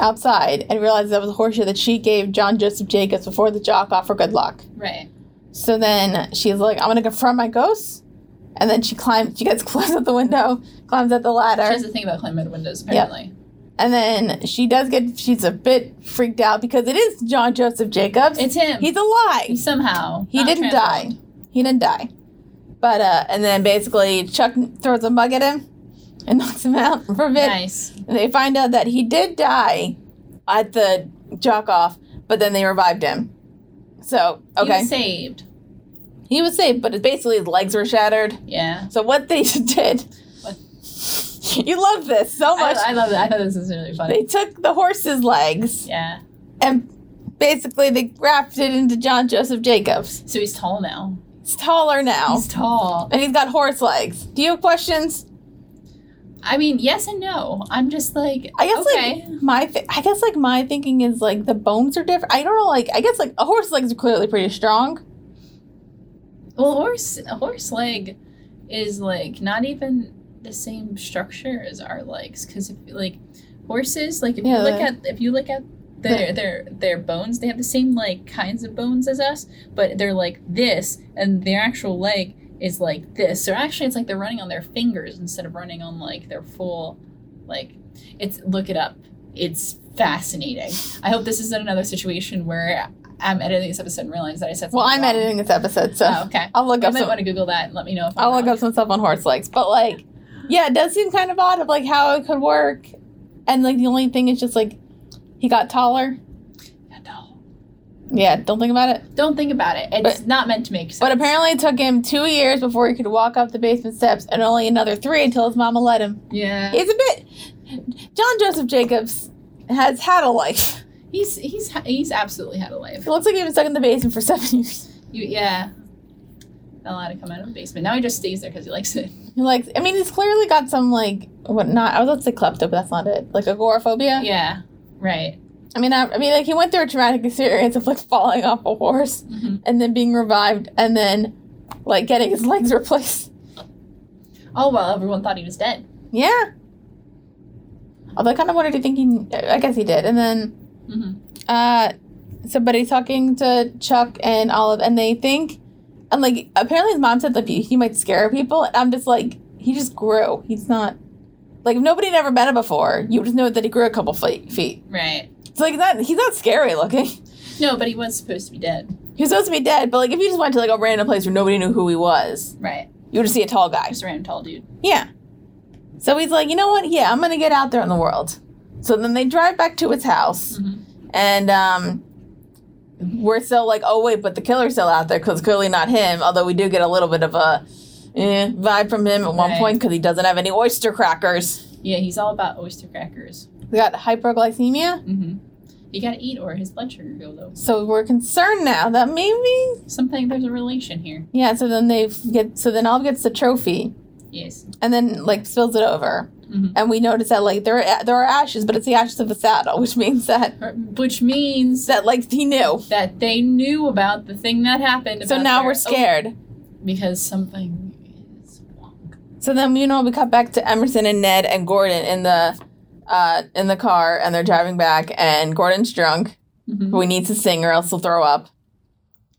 Speaker 1: outside and realizes that was a horseshoe that she gave John Joseph Jacobs before the jock off for good luck.
Speaker 2: Right.
Speaker 1: So then she's like, I'm gonna confront my ghost. And then she climbs she gets (laughs) climbs out the window, climbs up the
Speaker 2: She
Speaker 1: ladder.
Speaker 2: has the thing about climbing windows, apparently.
Speaker 1: And then she does get she's a bit freaked out because it is John Joseph Jacobs.
Speaker 2: It's him.
Speaker 1: He's alive.
Speaker 2: somehow.
Speaker 1: He
Speaker 2: not
Speaker 1: didn't die.
Speaker 2: transformed.
Speaker 1: He didn't die. But uh and then basically Chuck throws a mug at him and (laughs) knocks him out for a bit.
Speaker 2: Nice.
Speaker 1: And they find out that he did die at the jock off, but then they revived him. So,
Speaker 2: He
Speaker 1: okay.
Speaker 2: was saved.
Speaker 1: He was saved, but it basically his legs were shattered.
Speaker 2: Yeah.
Speaker 1: So, what they (laughs) did.
Speaker 2: What?
Speaker 1: You love this so much.
Speaker 2: I, I love it. I thought this was really funny.
Speaker 1: they took the horse's legs
Speaker 2: yeah.
Speaker 1: and basically they wrapped it into John Joseph Jacobs.
Speaker 2: So he's tall now.
Speaker 1: He's taller now.
Speaker 2: He's tall.
Speaker 1: and he's got horse legs. Do you have questions?
Speaker 2: I mean, yes and no. I'm just like,
Speaker 1: I guess
Speaker 2: okay.
Speaker 1: like my th- I guess like my thinking is like the bones are different. I don't know like I guess like a horse's legs are clearly pretty strong.
Speaker 2: well, horse a horse leg is like not even the same structure as our legs because if like horses, like if
Speaker 1: Yeah,
Speaker 2: you look
Speaker 1: they're-
Speaker 2: at if you look at their their their bones, they have the same like kinds of bones as us, but they're like this, and their actual leg is like this. So actually, it's like they're running on their fingers instead of running on like their full, like it's look it up. It's fascinating. I hope this isn't another situation where I'm editing this episode and realize that I said.
Speaker 1: Well, I'm
Speaker 2: something wrong.
Speaker 1: editing this episode, so
Speaker 2: Oh, okay.
Speaker 1: I'll look
Speaker 2: I
Speaker 1: up
Speaker 2: might
Speaker 1: some
Speaker 2: want to Google that and let me know if I'm
Speaker 1: I'll look
Speaker 2: wrong.
Speaker 1: up some stuff on horse legs. But like, yeah, it does seem kind of odd of like how it could work, and like the only thing is just like he got taller.
Speaker 2: Yeah, no.
Speaker 1: Yeah, don't think about it.
Speaker 2: Don't think about it. It's not meant to make sense.
Speaker 1: But apparently, it took him two years before he could walk up the basement steps, and only another three until his mama let him.
Speaker 2: yeah.
Speaker 1: He's a bit. John Joseph Jacobs has had a life.
Speaker 2: He's he's he's absolutely had a life.
Speaker 1: It looks like he was stuck in the basement for seven (laughs) years.
Speaker 2: You, yeah, not allowed to come out of the basement. Now he just stays there because he likes it.
Speaker 1: He likes. I mean, he's clearly got some like what not. I was about to say klepto, but that's not it. Like agoraphobia.
Speaker 2: Yeah, right.
Speaker 1: I mean, I, I mean, like he went through a traumatic experience of like falling off a horse
Speaker 2: Mhm.
Speaker 1: and then being revived and then like getting his legs (laughs) replaced.
Speaker 2: Oh well, everyone thought he was dead.
Speaker 1: Yeah. Although I kind of wanted to think he. I guess he did, and then.
Speaker 2: hmm
Speaker 1: uh somebody's talking to Chuck and Olive and they think and like apparently his mom said like he he might scare people and I'm just like he just grew. He's not like if nobody had ever met him before, you would just know that he grew a couple feet feet.
Speaker 2: Right.
Speaker 1: It's like that he's not scary looking.
Speaker 2: No, but he was supposed to be dead.
Speaker 1: He was supposed to be dead, but like if you just went to like a random place where nobody knew who he was,
Speaker 2: Right.
Speaker 1: you would just see a tall guy.
Speaker 2: Just a random tall dude.
Speaker 1: Yeah. So he's like, you know what? Yeah, I'm gonna get out there in the world. So then they drive back to his house.
Speaker 2: Mhm.
Speaker 1: And um, we're still like, oh wait, but the killer's still out there because clearly not him. Although we do get a little bit of a eh, vibe from him at one
Speaker 2: Right.
Speaker 1: point because he doesn't have any oyster crackers.
Speaker 2: Yeah, he's all about oyster crackers.
Speaker 1: We got hyperglycemia,
Speaker 2: Mm-hmm. You gotta eat, or his blood sugar go low.
Speaker 1: so we're concerned now that maybe
Speaker 2: Something there's a relation here.
Speaker 1: yeah. So then they get so then Olive gets the trophy
Speaker 2: Yes.
Speaker 1: and then like spills it over,
Speaker 2: Mhm.
Speaker 1: and we notice that like there are, there are ashes, but it's the ashes of the saddle, (laughs) which means that
Speaker 2: Or- Which means
Speaker 1: that like he knew.
Speaker 2: that they knew about the thing that happened.
Speaker 1: So
Speaker 2: about
Speaker 1: now
Speaker 2: their-
Speaker 1: we're scared.
Speaker 2: Oh, because something is wrong.
Speaker 1: So then you know we cut back to Emerson and Ned and Gordon in the uh, in the car and they're driving back and Gordon's drunk.
Speaker 2: Mhm.
Speaker 1: We need to sing or else he'll throw up.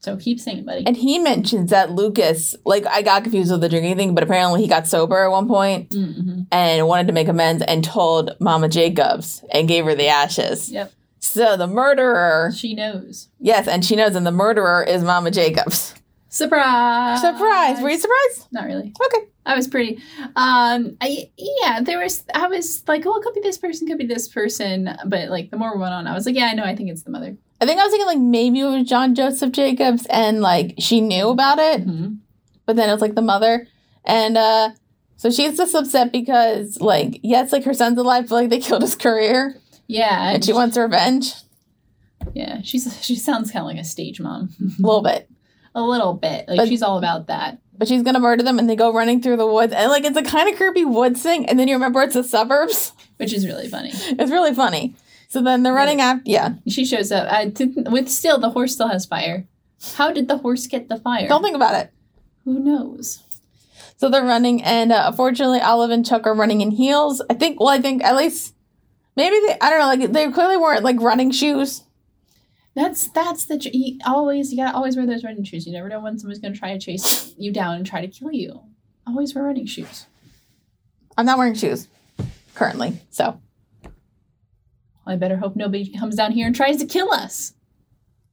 Speaker 2: So keep saying, buddy.
Speaker 1: And he mentions that Lucas, like I got confused with the drinking thing, but apparently he got sober at one point
Speaker 2: mm-hmm.
Speaker 1: and wanted to make amends and told Mama Jacobs and gave her the ashes.
Speaker 2: Yep.
Speaker 1: So the murderer,
Speaker 2: She knows.
Speaker 1: yes, and she knows, and the murderer is Mama Jacobs.
Speaker 2: Surprise!
Speaker 1: Surprise! Were you surprised?
Speaker 2: Not really.
Speaker 1: Okay.
Speaker 2: I was pretty. Um, I yeah, there was. I was like, oh, it could be this person, could be this person. But like, the more we went on, I was like, yeah, I know. I think it's the mother.
Speaker 1: I think I was thinking like maybe it was John Joseph Jacobs and like she knew about it.
Speaker 2: Mm-hmm.
Speaker 1: but then it's like the mother and uh so she's just upset because like yes like her son's alive but like they killed his career
Speaker 2: Yeah,
Speaker 1: and she wants revenge
Speaker 2: Yeah, she's (laughs) she sounds kind of like a stage mom, (laughs)
Speaker 1: a little bit
Speaker 2: a little bit. Like
Speaker 1: But-
Speaker 2: she's all about that.
Speaker 1: but she's gonna murder them and they go running through the woods and like it's a kind of creepy woods thing and then you remember it's the suburbs (laughs)
Speaker 2: which is really funny.
Speaker 1: it's really funny so then they're running after yeah
Speaker 2: She shows up. I didn't. With still, the horse still has fire. How did the horse get the fire?
Speaker 1: don't think about it
Speaker 2: Who knows?
Speaker 1: so they're running and uh, unfortunately olive and chuck are running in heels i think well i think at least maybe they i don't know like they clearly weren't like running shoes
Speaker 2: That's that's the tr- you always you gotta always wear those running shoes. You never know when someone's gonna try to chase you down and try to kill you. Always wear running shoes.
Speaker 1: i'm not wearing shoes currently so
Speaker 2: I better hope nobody comes down here and tries to kill us.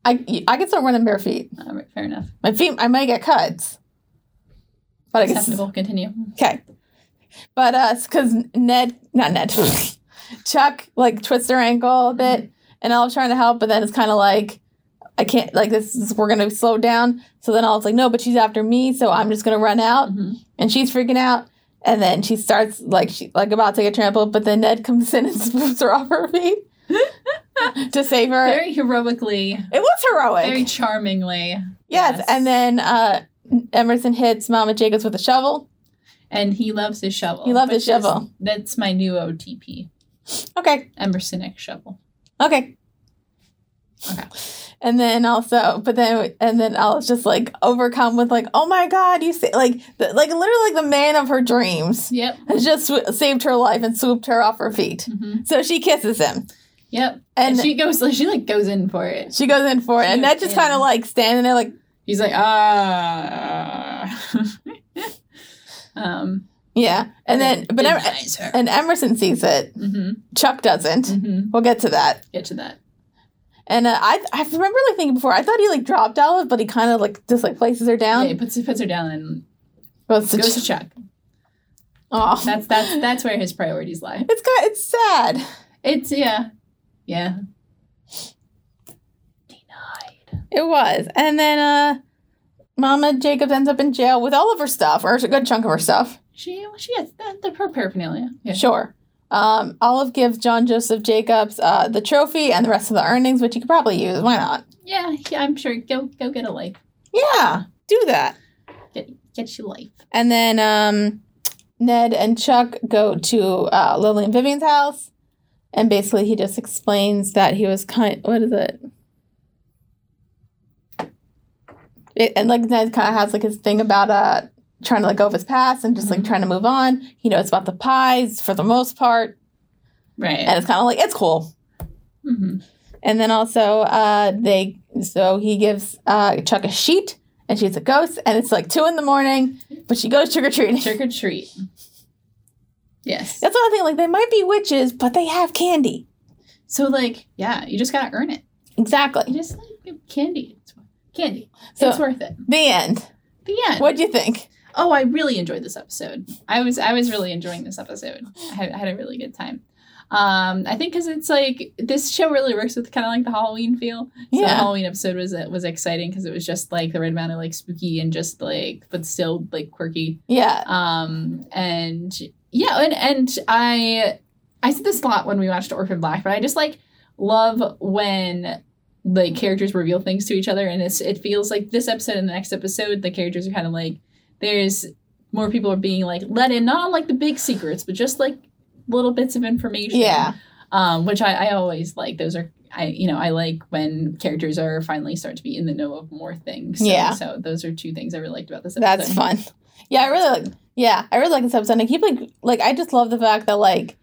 Speaker 1: i i can start running bare feet
Speaker 2: All right, fair enough.
Speaker 1: My feet, I might get cuts. But I guess
Speaker 2: Acceptable. Continue.
Speaker 1: okay. But uh, because Ned, not Ned, (laughs) Chuck like twists her ankle a bit, and Olive's trying to help, but then it's kind of like I can't like this. Is, we're gonna slow down. So then Olive's like, no, but she's after me, so I'm just gonna run out,
Speaker 2: Mhm.
Speaker 1: and she's freaking out. And then she starts like she like about to get trampled, but then Ned comes in and (laughs) spoops her off her feet to save her.
Speaker 2: Very heroically,
Speaker 1: it was heroic.
Speaker 2: very charmingly,
Speaker 1: yes.
Speaker 2: yes.
Speaker 1: and then uh, Emerson hits Mama Jacobs with a shovel.
Speaker 2: and he loves his shovel.
Speaker 1: He loved his
Speaker 2: which is-
Speaker 1: shovel.
Speaker 2: That's my new OTP,
Speaker 1: Okay.
Speaker 2: Emerson X shovel.
Speaker 1: Okay.
Speaker 2: Okay.
Speaker 1: And then also, but then and then I was just like overcome with like, oh my god, you say like the, like literally like the man of her dreams
Speaker 2: Yep.
Speaker 1: has just sw- saved her life and swooped her off her feet.
Speaker 2: hmm
Speaker 1: So she kisses him
Speaker 2: Yep.
Speaker 1: and,
Speaker 2: And
Speaker 1: she,
Speaker 2: she goes, she like goes in for it.
Speaker 1: goes in for it, and
Speaker 2: She-
Speaker 1: that just
Speaker 2: yeah.
Speaker 1: kind of like standing there like,
Speaker 2: He's like, ah. (laughs) um,
Speaker 1: yeah. And then but Em- and Emerson sees it.
Speaker 2: mm-hmm,
Speaker 1: Chuck doesn't.
Speaker 2: mm-hmm.
Speaker 1: We'll get to that.
Speaker 2: Get to that.
Speaker 1: And uh, I I remember like thinking before I thought he like dropped Olive, but he kind of like just like places her
Speaker 2: Yeah,
Speaker 1: down.
Speaker 2: he puts, he puts her down and
Speaker 1: Goes to
Speaker 2: goes to
Speaker 1: Um, Ch-
Speaker 2: Chuck.
Speaker 1: Aw.
Speaker 2: That's that's that's where his priorities lie.
Speaker 1: It's kind it's sad.
Speaker 2: It's yeah, yeah. Denied.
Speaker 1: It was. And then uh Mama Jacobs ends up in jail with all of her stuff, or a good chunk of her stuff.
Speaker 2: She she has that the her paraphernalia. Yeah.
Speaker 1: Sure. Um, Olive gives John Joseph Jacobs uh, the trophy and the rest of the earnings, which he could probably use. Why not?
Speaker 2: Yeah, yeah, I'm sure. Go go get a life.
Speaker 1: Yeah, do that.
Speaker 2: Get you life.
Speaker 1: And then um, Ned and Chuck go to uh, Lily and Vivian's house, and basically he just explains that he was kind. What is it? it and like Ned kind of has like his thing about uh trying to let go of his past and just like
Speaker 2: Mhm.
Speaker 1: trying to move on. He knows about the pies for the most part,
Speaker 2: Right.
Speaker 1: and it's kind of like it's cool.
Speaker 2: hmm
Speaker 1: And then also, uh, they so he gives uh, Chuck a sheet, and she's a ghost, and it's like two in the morning, but she goes trick or treating.
Speaker 2: Trick or treat. Yes.
Speaker 1: That's another thing. Like they might be witches, but they have candy.
Speaker 2: So like, yeah, you just gotta earn it. You
Speaker 1: Exactly.
Speaker 2: just like give candy. It's wor- Candy.
Speaker 1: So
Speaker 2: it's worth it.
Speaker 1: the end.
Speaker 2: The end.
Speaker 1: What do you think?
Speaker 2: Oh, I really enjoyed this episode. I was I was really enjoying this episode. I had, I had a really good time. Um, I think because it's like this show really works with kind of like the Halloween feel. So the
Speaker 1: Yeah.
Speaker 2: Halloween episode was uh, was exciting because it was just like the right amount of like spooky and just like but still like quirky.
Speaker 1: Yeah.
Speaker 2: Um, and yeah, and and I I said this a lot when we watched Orphan Black, but I just like love when the characters reveal things to each other, and it's it feels like this episode and the next episode, the characters are kind of like there's more people are being like let in, not on like the big secrets, but just like little bits of information
Speaker 1: Yeah.
Speaker 2: um, which I, I always like. Those are I you know I like when characters are finally start to be in the know of more things. So,
Speaker 1: Yeah.
Speaker 2: So those are two things I really liked about this. Episode.
Speaker 1: That's fun. Yeah, I really like. Yeah, I really like this episode. And I keep like like I just love the fact that like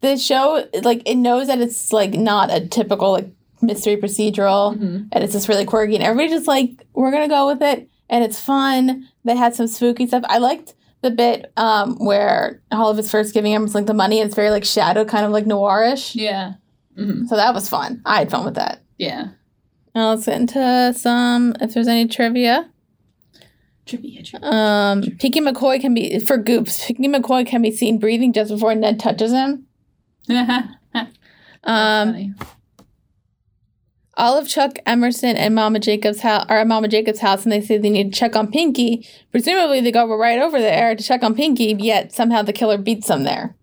Speaker 1: the show like it knows that it's like not a typical like mystery procedural.
Speaker 2: Mhm.
Speaker 1: and it's just really quirky and everybody's just like we're gonna go with it and it's fun they had some spooky stuff i liked the bit um, where all of his first giving him like the money and it's very like shadow kind of like noirish
Speaker 2: Yeah. Mhm.
Speaker 1: so that was fun i had fun with that
Speaker 2: Yeah.
Speaker 1: now let's get into some if there's any trivia
Speaker 2: Trivia. trivia.
Speaker 1: um pinky mccoy can be for goops pinky mccoy can be seen breathing just before ned touches him
Speaker 2: That's
Speaker 1: um
Speaker 2: (laughs) funny.
Speaker 1: all of Chuck Emerson and Mama Jacob's house are at Mama Jacob's house, and they say they need to check on Pinky. Presumably, they go right over there to check on Pinky, yet somehow the killer beats them there.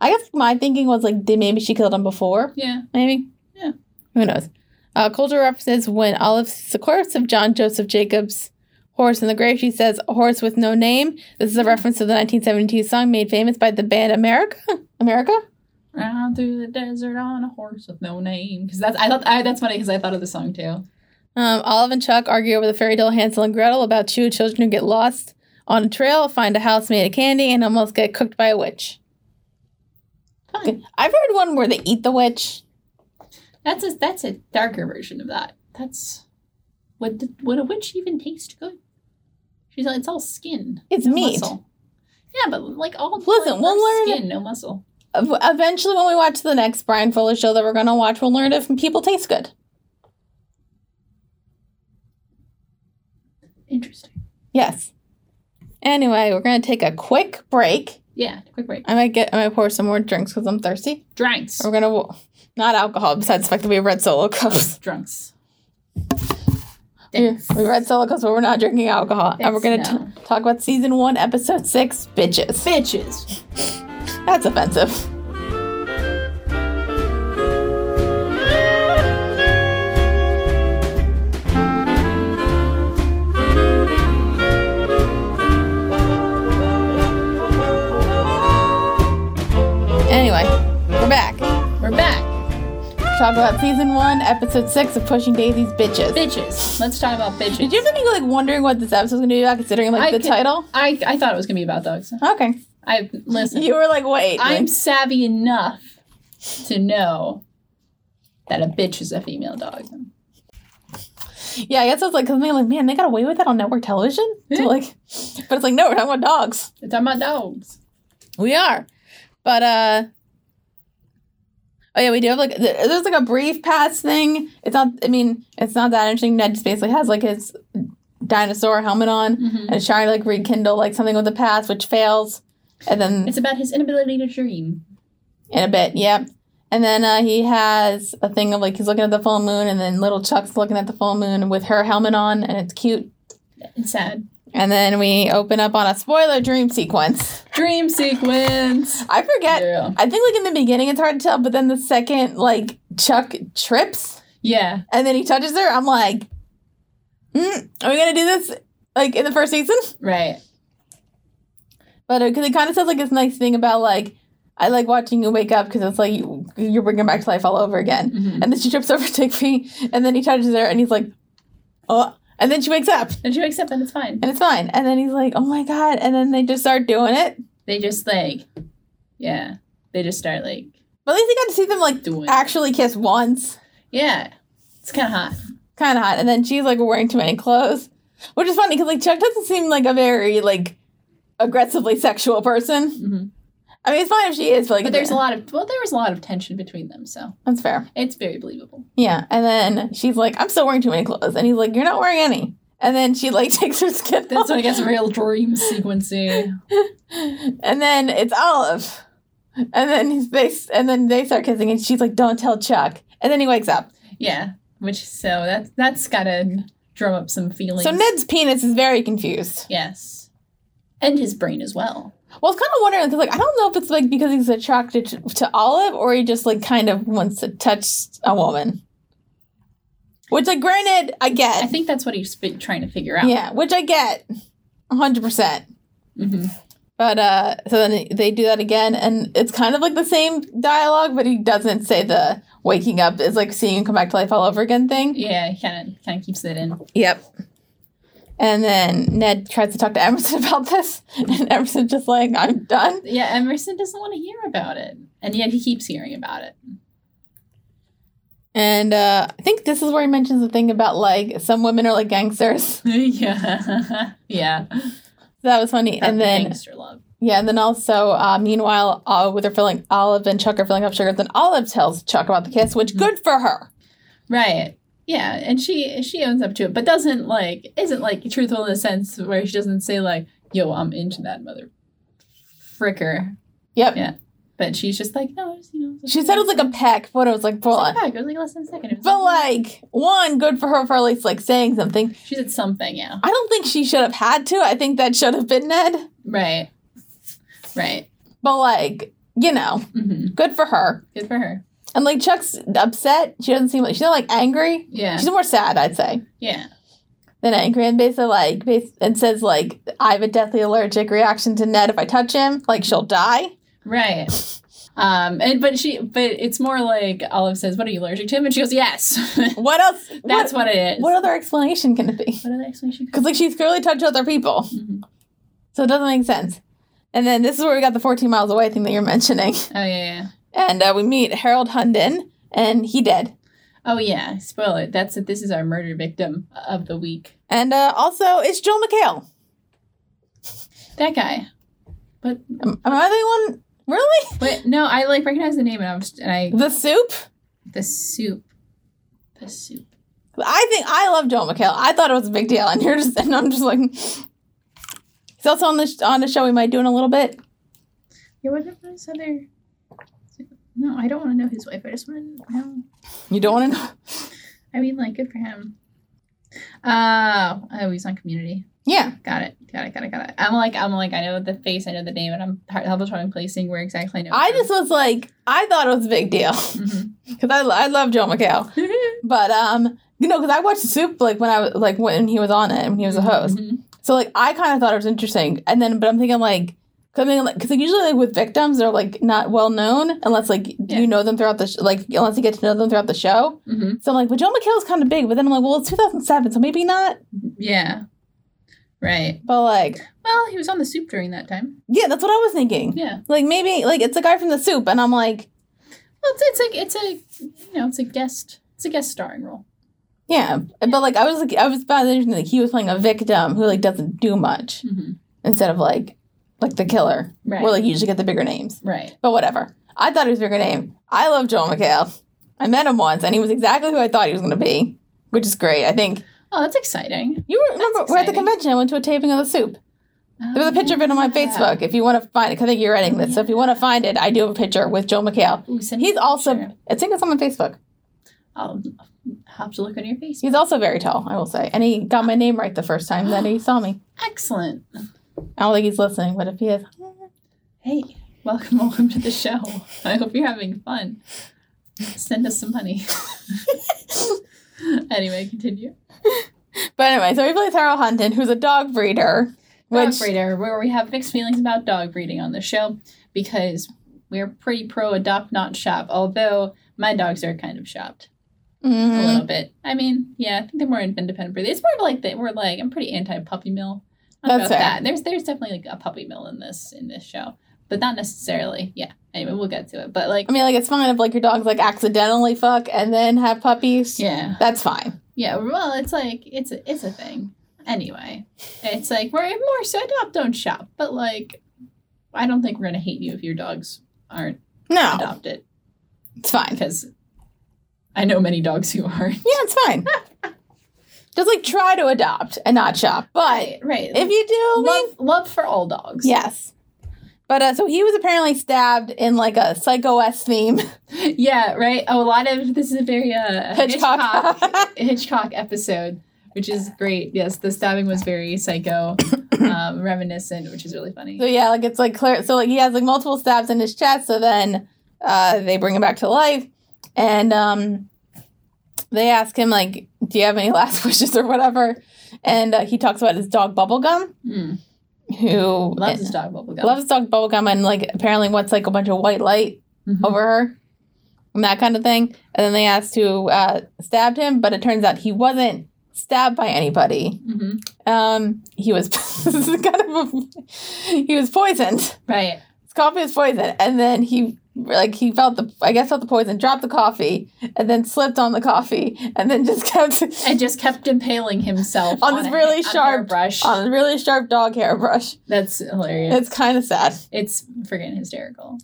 Speaker 1: I guess my thinking was like, did maybe she killed him before?
Speaker 2: yeah.
Speaker 1: Maybe.
Speaker 2: Yeah.
Speaker 1: Who knows? Uh, Coulter references when Olive sees the corpse of John Joseph Jacobs' horse in the grave. She says, "A horse with no name." This is a reference to the 1972 song made famous by the band America. America.
Speaker 2: Round through the desert on a horse with no name. Because that's I thought I, that's funny because I thought of the song too.
Speaker 1: Um, Olive and Chuck argue over the fairy tale Hansel and Gretel about two children who get lost on a trail, find a house made of candy, and almost get cooked by a witch.
Speaker 2: Fun.
Speaker 1: I've heard one where they eat the witch.
Speaker 2: That's a that's a darker version of that. That's would the- would a witch even taste good? She's like it's all skin.
Speaker 1: It's
Speaker 2: no
Speaker 1: meat.
Speaker 2: Muscle. Yeah, but like all
Speaker 1: Listen,
Speaker 2: like,
Speaker 1: we'll learn-
Speaker 2: all skin, no muscle.
Speaker 1: Ev- Eventually, when we watch the next Brian Fuller show that we're going to watch, we'll learn if people taste good.
Speaker 2: Interesting.
Speaker 1: Yes. Anyway, we're going to take a quick break.
Speaker 2: Yeah, quick break.
Speaker 1: I might get, I might pour some more drinks because I'm thirsty.
Speaker 2: Drinks.
Speaker 1: We're going to, not alcohol, besides the fact that we read solo cups.
Speaker 2: Drunks.
Speaker 1: We, we read Silicos, but we're not drinking alcohol. and we're going
Speaker 2: Thanks,
Speaker 1: to talk about season one, episode six, bitches.
Speaker 2: Bitches.
Speaker 1: That's offensive. Anyway, we're back.
Speaker 2: We're back.
Speaker 1: Talk about season one, episode six of Pushing Daisy's Bitches.
Speaker 2: Bitches. Let's talk about bitches.
Speaker 1: Did you have any like wondering what this episode was gonna be about, considering like
Speaker 2: I
Speaker 1: the
Speaker 2: could-
Speaker 1: title?
Speaker 2: I I thought it was gonna be about dogs.
Speaker 1: Okay,
Speaker 2: I listen.
Speaker 1: you were like, wait,
Speaker 2: I'm
Speaker 1: like,
Speaker 2: savvy enough to know that a bitch is a female dog.
Speaker 1: yeah, I guess I was like, 'cause I'm like, man, they got away with that on network television. So, (laughs)
Speaker 2: Yeah.
Speaker 1: like, but it's like, no, we're talking about dogs.
Speaker 2: It's on my dogs.
Speaker 1: We are, but uh, oh yeah, we do have like th- there's like a brief past thing. It's not, I mean, it's not that interesting. Ned just basically has like his dinosaur helmet on
Speaker 2: Mhm.
Speaker 1: and is trying to like rekindle like something with the past, which fails, and then
Speaker 2: It's about his inability to dream.
Speaker 1: In a bit, yep. And then uh, he has a thing of like he's looking at the full moon, and then little Chuck's looking at the full moon with her helmet on, and it's cute.
Speaker 2: It's sad.
Speaker 1: And then we open up on a spoiler dream sequence.
Speaker 2: Dream sequence.
Speaker 1: I forget.
Speaker 2: Yeah.
Speaker 1: I think like in the beginning it's hard to tell, but then the second like Chuck trips
Speaker 2: Yeah.
Speaker 1: and then he touches her, I'm like, mm, are we gonna do this like in the first season?
Speaker 2: Right.
Speaker 1: But because it kind of says like this nice thing about like I like watching you wake up because it's like you, you're bringing back to life all over again.
Speaker 2: Mhm.
Speaker 1: And then she trips over Digby, and then he touches her, and he's like, oh. And then she wakes up,
Speaker 2: And you accept that it's fine.
Speaker 1: and it's fine. And then he's like, oh my god. And then they just start doing it.
Speaker 2: They just like, yeah. They just start like
Speaker 1: But at least they got to see them like
Speaker 2: doing.
Speaker 1: actually kiss once.
Speaker 2: yeah. It's kind of hot.
Speaker 1: Kind of hot. And then she's like wearing too many clothes, which is funny because like Chuck doesn't seem like a very like aggressively sexual person.
Speaker 2: hmm
Speaker 1: I mean, it's fine if she is, but like
Speaker 2: But there's a lot of well, there was a lot of tension between them, so
Speaker 1: That's fair.
Speaker 2: it's very believable.
Speaker 1: Yeah, and then she's like, "I'm still wearing too many clothes," and he's like, "You're not wearing any." And then she like (laughs) takes her skin
Speaker 2: That's
Speaker 1: off,
Speaker 2: when it gets real dream sequencing.
Speaker 1: and then it's Olive, and then he's- they and then they start kissing, and she's like, "Don't tell Chuck," and then he wakes up.
Speaker 2: Yeah, which so that that's gotta drum up some feelings.
Speaker 1: So Ned's penis is very confused.
Speaker 2: yes, and his brain as well.
Speaker 1: Well, I was kind of wondering because like I don't know if it's like because he's attracted to, to Olive or he just like kind of wants to touch a woman. Which, like, granted, I get.
Speaker 2: I think that's what he's fi- trying to figure out.
Speaker 1: yeah, which I get, hundred percent.
Speaker 2: hmm
Speaker 1: But uh, so then they do that again, and it's kind of like the same dialogue, but he doesn't say the waking up is like seeing you come back to life all over again thing.
Speaker 2: yeah, kind of kind of keeps it in.
Speaker 1: Yep. And then Ned tries to (laughs) talk to Emerson about this, and Emerson's just like, I'm done.
Speaker 2: Yeah, Emerson doesn't want to hear about it, and yet he keeps hearing about it. (laughs)
Speaker 1: And uh, I think this is where he mentions the thing about like some women are like gangsters. (laughs)
Speaker 2: yeah, (laughs) yeah.
Speaker 1: that was funny.
Speaker 2: Happy
Speaker 1: and then
Speaker 2: gangster love.
Speaker 1: yeah, and then also uh, meanwhile, uh, with her filling Olive and Chuck are filling up sugar. Then Olive tells Chuck about the kiss, which
Speaker 2: Mm.
Speaker 1: good for her.
Speaker 2: Right. Yeah, and she she owns up to it, but doesn't like isn't like truthful in the sense where she doesn't say like, "Yo, I'm into that mother fricker,"
Speaker 1: Yep.
Speaker 2: Yeah. but she's just like, "No, it's, you know."
Speaker 1: She said it was like a peck, but it was like full
Speaker 2: It's
Speaker 1: on.
Speaker 2: like, "Yeah, it was like less than a second. It was
Speaker 1: But like one, good for her for at least like saying something.
Speaker 2: she said something, yeah.
Speaker 1: I don't think she should have had to. I think that should have been Ned.
Speaker 2: Right, right.
Speaker 1: But like, you know,
Speaker 2: hmm
Speaker 1: good for her.
Speaker 2: Good for her.
Speaker 1: And like Chuck's upset. She doesn't seem like she's not like angry.
Speaker 2: Yeah,
Speaker 1: She's more sad, I'd say,
Speaker 2: yeah,
Speaker 1: than angry. And basically like bas- and says like I have a deathly allergic reaction to Ned if I touch him, like she'll die.
Speaker 2: right. Um, and but she, but it's more like Olive says, "What are you allergic to?" And she goes, "Yes." (laughs)
Speaker 1: What else?
Speaker 2: That's
Speaker 1: what,
Speaker 2: what, it is.
Speaker 1: what other explanation can it be? (laughs)
Speaker 2: what other explanation?
Speaker 1: Because like she's clearly touched other people,
Speaker 2: Mhm.
Speaker 1: so it doesn't make sense. And then this is where we got the 14 miles away thing that you're mentioning. (laughs)
Speaker 2: Oh yeah, yeah.
Speaker 1: and uh, we meet Harold Hunden, and he dead.
Speaker 2: Oh yeah, spoiler. That's it. This is our murder victim of the week.
Speaker 1: And uh, also, it's Joel McHale.
Speaker 2: That guy. But
Speaker 1: Am, am I the only one? Really?
Speaker 2: but no, I like recognize the name and I'm just, and I
Speaker 1: The soup?
Speaker 2: the soup, the soup.
Speaker 1: I think I love Joel McHale. I thought it was a big deal, and you're just and I'm just like. He's also on the sh- on the show we might do in a little bit.
Speaker 2: Yeah, what about his other? No, I don't want to know his wife. I just want to know.
Speaker 1: You don't want to know.
Speaker 2: I mean, like, good for him. Uh, oh, he's on Community.
Speaker 1: Yeah,
Speaker 2: Got it. Got it. Got it. Got it. I'm like, I'm like, I know the face, I know the name, and I'm hard hard time placing where exactly I know.
Speaker 1: I just was like, I thought it was a big deal (laughs)
Speaker 2: Mhm.
Speaker 1: because I, I love Joel McHale,
Speaker 2: Mm-hmm.
Speaker 1: but um, you know, because I watched Soup like when I was like when he was on it when (laughs) he was a host,
Speaker 2: Mhm.
Speaker 1: So like I kind of thought it was interesting, and then but I'm thinking like something like because like, usually like with victims they're like not well known unless like
Speaker 2: Yeah.
Speaker 1: you know them throughout the sh- like unless you get to know them throughout the show.
Speaker 2: Mhm.
Speaker 1: So I'm like, well, Joe McHale's kind of big, but then I'm like, well, it's 2007, so maybe not.
Speaker 2: Yeah. Right.
Speaker 1: But like,
Speaker 2: Well, he was on the soup during that time.
Speaker 1: yeah, that's what I was thinking.
Speaker 2: Yeah.
Speaker 1: Like maybe like it's a guy from the soup, and I'm like,
Speaker 2: Well, it's, it's a it's a you know it's a guest it's a guest starring role.
Speaker 1: yeah, but like I was like I was found interesting like he was playing a victim who like doesn't do much
Speaker 2: Mm-hmm.
Speaker 1: instead of like like the killer
Speaker 2: Right.
Speaker 1: where like you usually get the bigger names.
Speaker 2: right.
Speaker 1: But whatever. I thought he was a bigger name. I love Joel McHale. I met him once, and he was exactly who I thought he was going to be, which is great. I think
Speaker 2: Oh, that's exciting.
Speaker 1: you remember we're at the
Speaker 2: exciting.
Speaker 1: convention. I went to a taping of the soup. There was a picture of it on
Speaker 2: Um,
Speaker 1: my Facebook. If you want to find it, 'cause I think you're editing this. So if you want to find it, I do have a picture with Joel McHale.
Speaker 2: Ooh, send me
Speaker 1: He's
Speaker 2: that
Speaker 1: also.
Speaker 2: picture.
Speaker 1: I think it's on my Facebook.
Speaker 2: I'll have to look on your face.
Speaker 1: He's also very tall, I will say. And he got my name right the first time that
Speaker 2: (gasps)
Speaker 1: he saw me.
Speaker 2: Excellent.
Speaker 1: I don't think he's listening, but if he is,
Speaker 2: Hey, welcome, welcome to the show. (laughs) I hope you're having fun. Send us some money. (laughs) anyway, continue.
Speaker 1: But anyway, so he plays Harold Hunton, who's a dog breeder.
Speaker 2: Dog
Speaker 1: Which
Speaker 2: breeder, where we have mixed feelings about dog breeding on the show because we're pretty pro adopt not shop. Although my dogs are kind of shopped a
Speaker 1: Mhm.
Speaker 2: little bit. I mean, yeah, I think they're more independent breeding. It's more of like that we're like I'm pretty anti puppy mill. I don't
Speaker 1: That's
Speaker 2: know
Speaker 1: fair.
Speaker 2: that. There's there's definitely like a puppy mill in this in this show, but not necessarily. Yeah. Anyway, we'll get to it. But like,
Speaker 1: I mean, like it's fine if like your dogs like accidentally fuck and then have puppies.
Speaker 2: yeah.
Speaker 1: That's fine.
Speaker 2: Yeah, well, it's like it's a, it's a thing. Anyway, it's like we're more so adopt don't shop, but like I don't think we're gonna hate you if your dogs aren't
Speaker 1: No,
Speaker 2: adopted
Speaker 1: it's fine.
Speaker 2: because I know many dogs who aren't.
Speaker 1: Yeah, it's
Speaker 2: (laughs)
Speaker 1: fine. Just like try to adopt and not shop. But
Speaker 2: right.
Speaker 1: if you do, I mean,
Speaker 2: love love for all dogs.
Speaker 1: (laughs) yes. But uh, so he was apparently stabbed in like a Psycho S theme.
Speaker 2: yeah, right. Oh, a lot of this is a
Speaker 1: (laughs)
Speaker 2: very uh,
Speaker 1: Hitchcock.
Speaker 2: Hitchcock Hitchcock episode, which is great. Yes, the stabbing was
Speaker 1: (coughs)
Speaker 2: very psycho, um, reminiscent, which is really funny.
Speaker 1: So yeah, like it's like clear. So like he has like multiple stabs in his chest. So then uh, they bring him back to life, and um, they ask him like, "Do you have any last (laughs) wishes or whatever?" And uh, he talks about his dog Bubblegum,
Speaker 2: Mm.
Speaker 1: who
Speaker 2: Loves his dog bubblegum.
Speaker 1: loves his dog Bubblegum, and like apparently wants like a bunch of white light
Speaker 2: Mhm.
Speaker 1: over her and that kind of thing. And then they asked who uh, stabbed him, but it turns out he wasn't stabbed by anybody.
Speaker 2: Mhm.
Speaker 1: Um, he was (laughs) this is kind of a, he was poisoned
Speaker 2: Right.
Speaker 1: his coffee was poison and then he like he felt the i guess felt the poison dropped the coffee and then slipped on the coffee and then (laughs) just kept
Speaker 2: and just kept impaling himself
Speaker 1: On this
Speaker 2: a-
Speaker 1: really
Speaker 2: a
Speaker 1: sharp-
Speaker 2: hairbrush.
Speaker 1: on a really sharp dog hairbrush
Speaker 2: That's hilarious.
Speaker 1: it's kind of sad
Speaker 2: It's, freaking hysterical.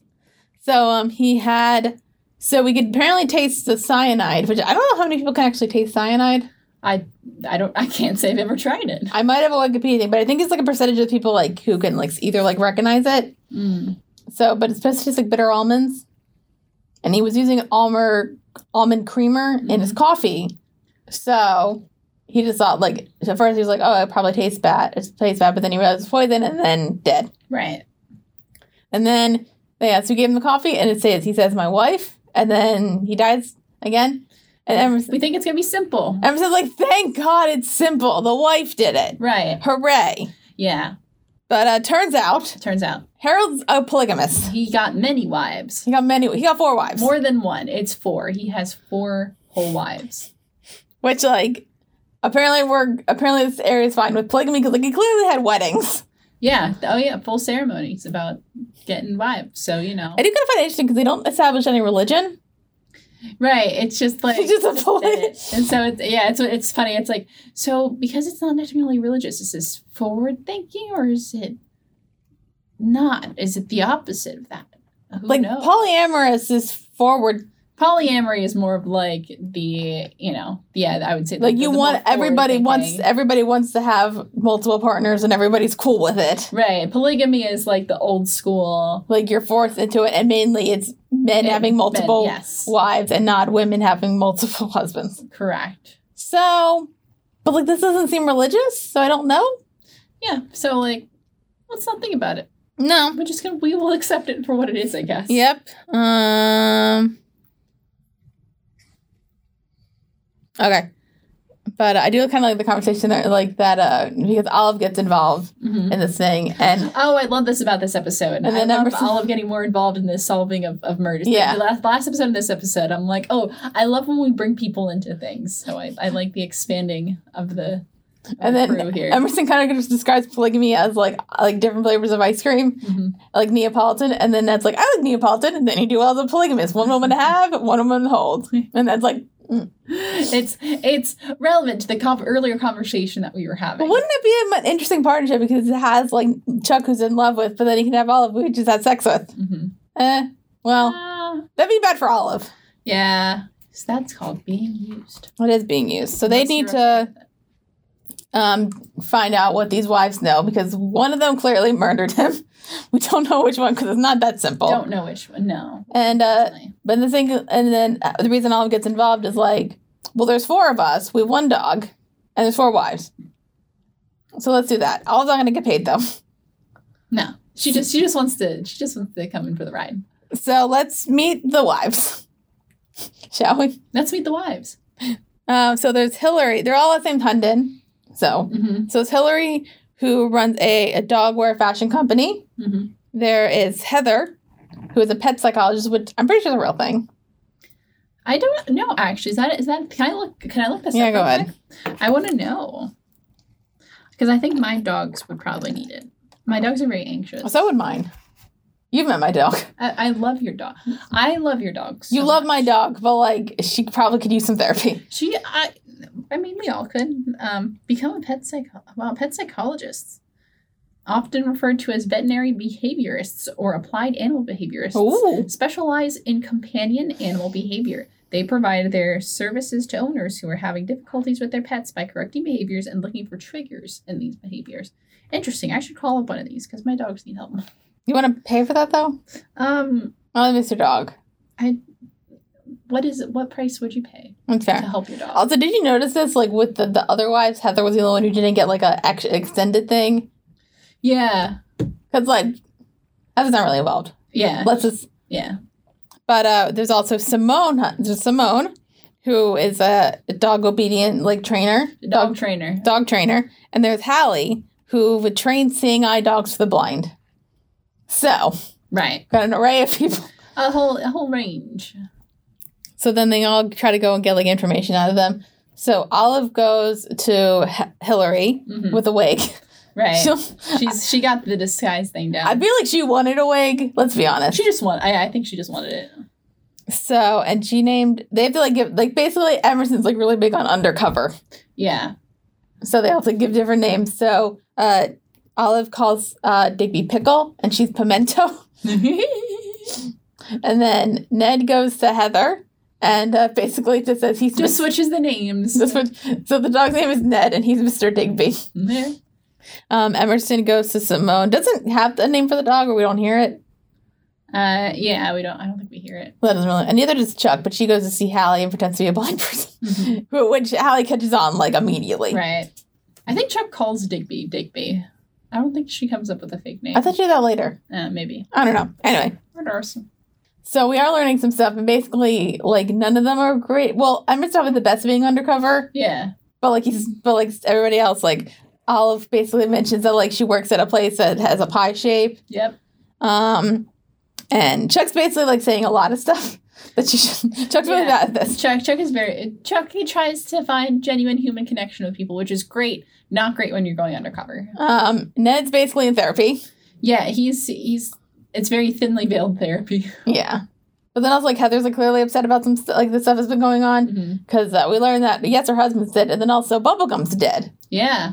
Speaker 1: so um he had so we could apparently taste the cyanide which i don't know how many people can actually taste cyanide
Speaker 2: I I don't I can't say I've ever tried it.
Speaker 1: i might have a wikipedia thing but i think it's like a percentage of people like who can like either like recognize it
Speaker 2: Mm.
Speaker 1: so but it's supposed to taste like bitter almonds and he was using almond almond creamer in his coffee So he just thought like at first he was like, Oh, it probably tastes bad. It tastes bad, but then he realized it's poison and then dead.
Speaker 2: Right.
Speaker 1: And then they asked who gave him the coffee and it says he says my wife and then he dies again. And Emerson,
Speaker 2: We think it's gonna be simple.
Speaker 1: Emerson's like, Thank God it's simple. The wife did it.
Speaker 2: Right.
Speaker 1: Hooray.
Speaker 2: Yeah.
Speaker 1: But uh turns out
Speaker 2: Turns out
Speaker 1: Harold's a polygamist.
Speaker 2: he got many wives.
Speaker 1: He got many he got four wives.
Speaker 2: More than one. It's four. He has four whole wives.
Speaker 1: Which like apparently we're apparently this area is fine with polygamy because like he clearly had weddings.
Speaker 2: Yeah. Oh yeah. Full ceremonies about getting wives. So you know.
Speaker 1: I do kind of find it interesting because they don't establish any religion. (laughs)
Speaker 2: Right. It's just like
Speaker 1: It's
Speaker 2: (laughs)
Speaker 1: just a poly- (laughs)
Speaker 2: it. And so it's yeah, it's it's funny. It's like so because it's not necessarily religious. Is this forward thinking or is it not? Is it the opposite of that? Who
Speaker 1: like
Speaker 2: knows?
Speaker 1: polyamorous is forward.
Speaker 2: Polyamory is more of like the you know yeah I would say
Speaker 1: Like you
Speaker 2: the
Speaker 1: want
Speaker 2: more
Speaker 1: everybody wants
Speaker 2: forward-thinking.
Speaker 1: everybody wants to have multiple partners and everybody's cool with it.
Speaker 2: right. Polygamy is like the old school
Speaker 1: Like you're forced into it, and mainly it's men having
Speaker 2: men-
Speaker 1: multiple
Speaker 2: yes
Speaker 1: wives and not women having multiple (laughs) husbands.
Speaker 2: correct
Speaker 1: So, but like this doesn't seem religious, so I don't know.
Speaker 2: yeah so like let's not think about it
Speaker 1: No.
Speaker 2: we're just gonna we will accept it for what it is I guess
Speaker 1: Yep. Um. Okay. But I do kind of like the conversation there, like that, uh, because Olive gets involved
Speaker 2: Mhm.
Speaker 1: in this thing. And
Speaker 2: Oh, I love this about this episode. And
Speaker 1: And then
Speaker 2: I love
Speaker 1: number-
Speaker 2: Olive getting more involved in this solving of, of murders. The-
Speaker 1: Yeah.
Speaker 2: The last, last episode of this episode, I'm like, oh, I love when we bring people into things. So I, I like the expanding of the of
Speaker 1: And
Speaker 2: the
Speaker 1: then
Speaker 2: crew here.
Speaker 1: Emerson kind of just describes polygamy as like like different flavors of ice cream,
Speaker 2: Mhm.
Speaker 1: like Neapolitan, and then that's like I like Neapolitan, and then you do all the polygamous, one woman to have, one woman to hold, and that's like,
Speaker 2: It's it's relevant to the com- earlier conversation that we were having.
Speaker 1: but wouldn't it be an interesting partnership because it has like Chuck who's in love with, but then he can have Olive who he just had sex with.
Speaker 2: Mhm.
Speaker 1: Eh, well,
Speaker 2: Ah,
Speaker 1: that'd be bad for Olive.
Speaker 2: yeah. So that's called being used.
Speaker 1: It is being used, so they
Speaker 2: Unless
Speaker 1: need
Speaker 2: you're
Speaker 1: to. um, find out what these wives know because one of them clearly murdered him. (laughs) We don't know which one because it's not that simple.
Speaker 2: Don't know which one. No.
Speaker 1: And uh,
Speaker 2: Definitely.
Speaker 1: but the thing, and then uh, the reason Olive gets involved is like, well, there's four of us, we have one dog, and there's four wives. So let's do that. Olive's not going to get paid though. (laughs)
Speaker 2: No. She just she just wants to she just wants to come in for the ride.
Speaker 1: So let's meet the wives, (laughs) shall we?
Speaker 2: Let's meet the wives.
Speaker 1: Um, so there's Hillary. They're all at the same Tundin. So
Speaker 2: Mm-hmm.
Speaker 1: so it's Hillary who runs a, a dog wear fashion company.
Speaker 2: Mm-hmm.
Speaker 1: There is Heather, who is a pet psychologist, which I'm pretty sure is a real thing.
Speaker 2: I don't know actually. Is that is that can I look can I look this
Speaker 1: Yeah,
Speaker 2: up?
Speaker 1: go
Speaker 2: real
Speaker 1: ahead.
Speaker 2: quick? I want to know. Because I think my dogs would probably need it. My dogs are very anxious.
Speaker 1: So would mine. You've met my dog.
Speaker 2: I, I love your dog. I love your dogs.
Speaker 1: You love my dog, but like she probably could use some therapy.
Speaker 2: She, I, I mean, we all could um, become a pet psycho. Well, pet psychologists, often referred to as veterinary behaviorists or applied animal behaviorists,
Speaker 1: Ooh.
Speaker 2: specialize in companion animal behavior. They provide their services to owners who are having difficulties with their pets by correcting behaviors and looking for triggers in these behaviors. Interesting. I should call up one of these because my dogs need help.
Speaker 1: You want to pay for that though?
Speaker 2: Um,
Speaker 1: I only miss your dog.
Speaker 2: what is what price would you pay
Speaker 1: That's
Speaker 2: to
Speaker 1: fair.
Speaker 2: help your dog?
Speaker 1: Also, did you notice this? Like with the, the other wives, Heather was the only one who didn't get like a ex- extended thing.
Speaker 2: Yeah,
Speaker 1: Cause like Heather's not really involved.
Speaker 2: yeah,
Speaker 1: Let's just
Speaker 2: yeah.
Speaker 1: But uh, there's also Simone. huh, There's Simone, who is a dog obedient like trainer,
Speaker 2: Dog trainer.
Speaker 1: dog trainer, and there's Hallie, who would train seeing eye dogs for the blind. So
Speaker 2: Right.
Speaker 1: got an array of people. (laughs)
Speaker 2: a whole a whole range.
Speaker 1: So then they all try to go and get like information out of them. So Olive goes to H- Hillary
Speaker 2: Mhm.
Speaker 1: with a wig. (laughs)
Speaker 2: Right.
Speaker 1: She'll-
Speaker 2: She's she got the disguise thing down.
Speaker 1: I feel like she wanted a wig. Let's be honest.
Speaker 2: she just want. I, I think she just wanted it.
Speaker 1: So and she named. They have to like give like basically Emerson's like really big on undercover.
Speaker 2: Yeah.
Speaker 1: So they also give different names. So uh, Olive calls uh, Digby Pickle, and she's Pimento. (laughs) And then Ned goes to Heather, and uh, basically just says he's
Speaker 2: just
Speaker 1: (laughs)
Speaker 2: switches the names.
Speaker 1: Mis- so the dog's name is Ned, and he's Mr. Digby.
Speaker 2: Yeah.
Speaker 1: Um, Emerson goes to Simone. Doesn't have the name for the dog, or we don't hear it.
Speaker 2: Uh, yeah. We don't. I don't think we hear it.
Speaker 1: Well, that doesn't really. And neither does Chuck, but she goes to see Hallie and pretends to be a blind (laughs) person,
Speaker 2: Mm-hmm.
Speaker 1: who- which Hallie catches on like immediately.
Speaker 2: Right. I think Chuck calls Digby Digby. I don't think she comes up with a fake name.
Speaker 1: I thought she did that later.
Speaker 2: uh, maybe.
Speaker 1: I don't know. Anyway,
Speaker 2: Or Darcy.
Speaker 1: So we are learning some stuff, and basically, like none of them are great. Well, Emerson probably the best at being undercover,
Speaker 2: Yeah.
Speaker 1: but like he's, but like everybody else, like Olive basically mentions that like she works at a place that has a pie shape.
Speaker 2: Yep.
Speaker 1: Um, and Chuck's basically like saying a lot of stuff (laughs) that she should. Chuck's really
Speaker 2: Yeah.
Speaker 1: bad at this.
Speaker 2: Chuck. Chuck is very. Chuck. He tries to find genuine human connection with people, which is great. Not great when you're going undercover.
Speaker 1: Um, Ned's basically in therapy.
Speaker 2: Yeah, he's he's it's very thinly veiled therapy. (laughs)
Speaker 1: Yeah. But then I was like, Heather's like clearly upset about some st- like the stuff has been going on because uh, we learned that yes, her husband's dead, and then also Bubblegum's dead.
Speaker 2: Yeah,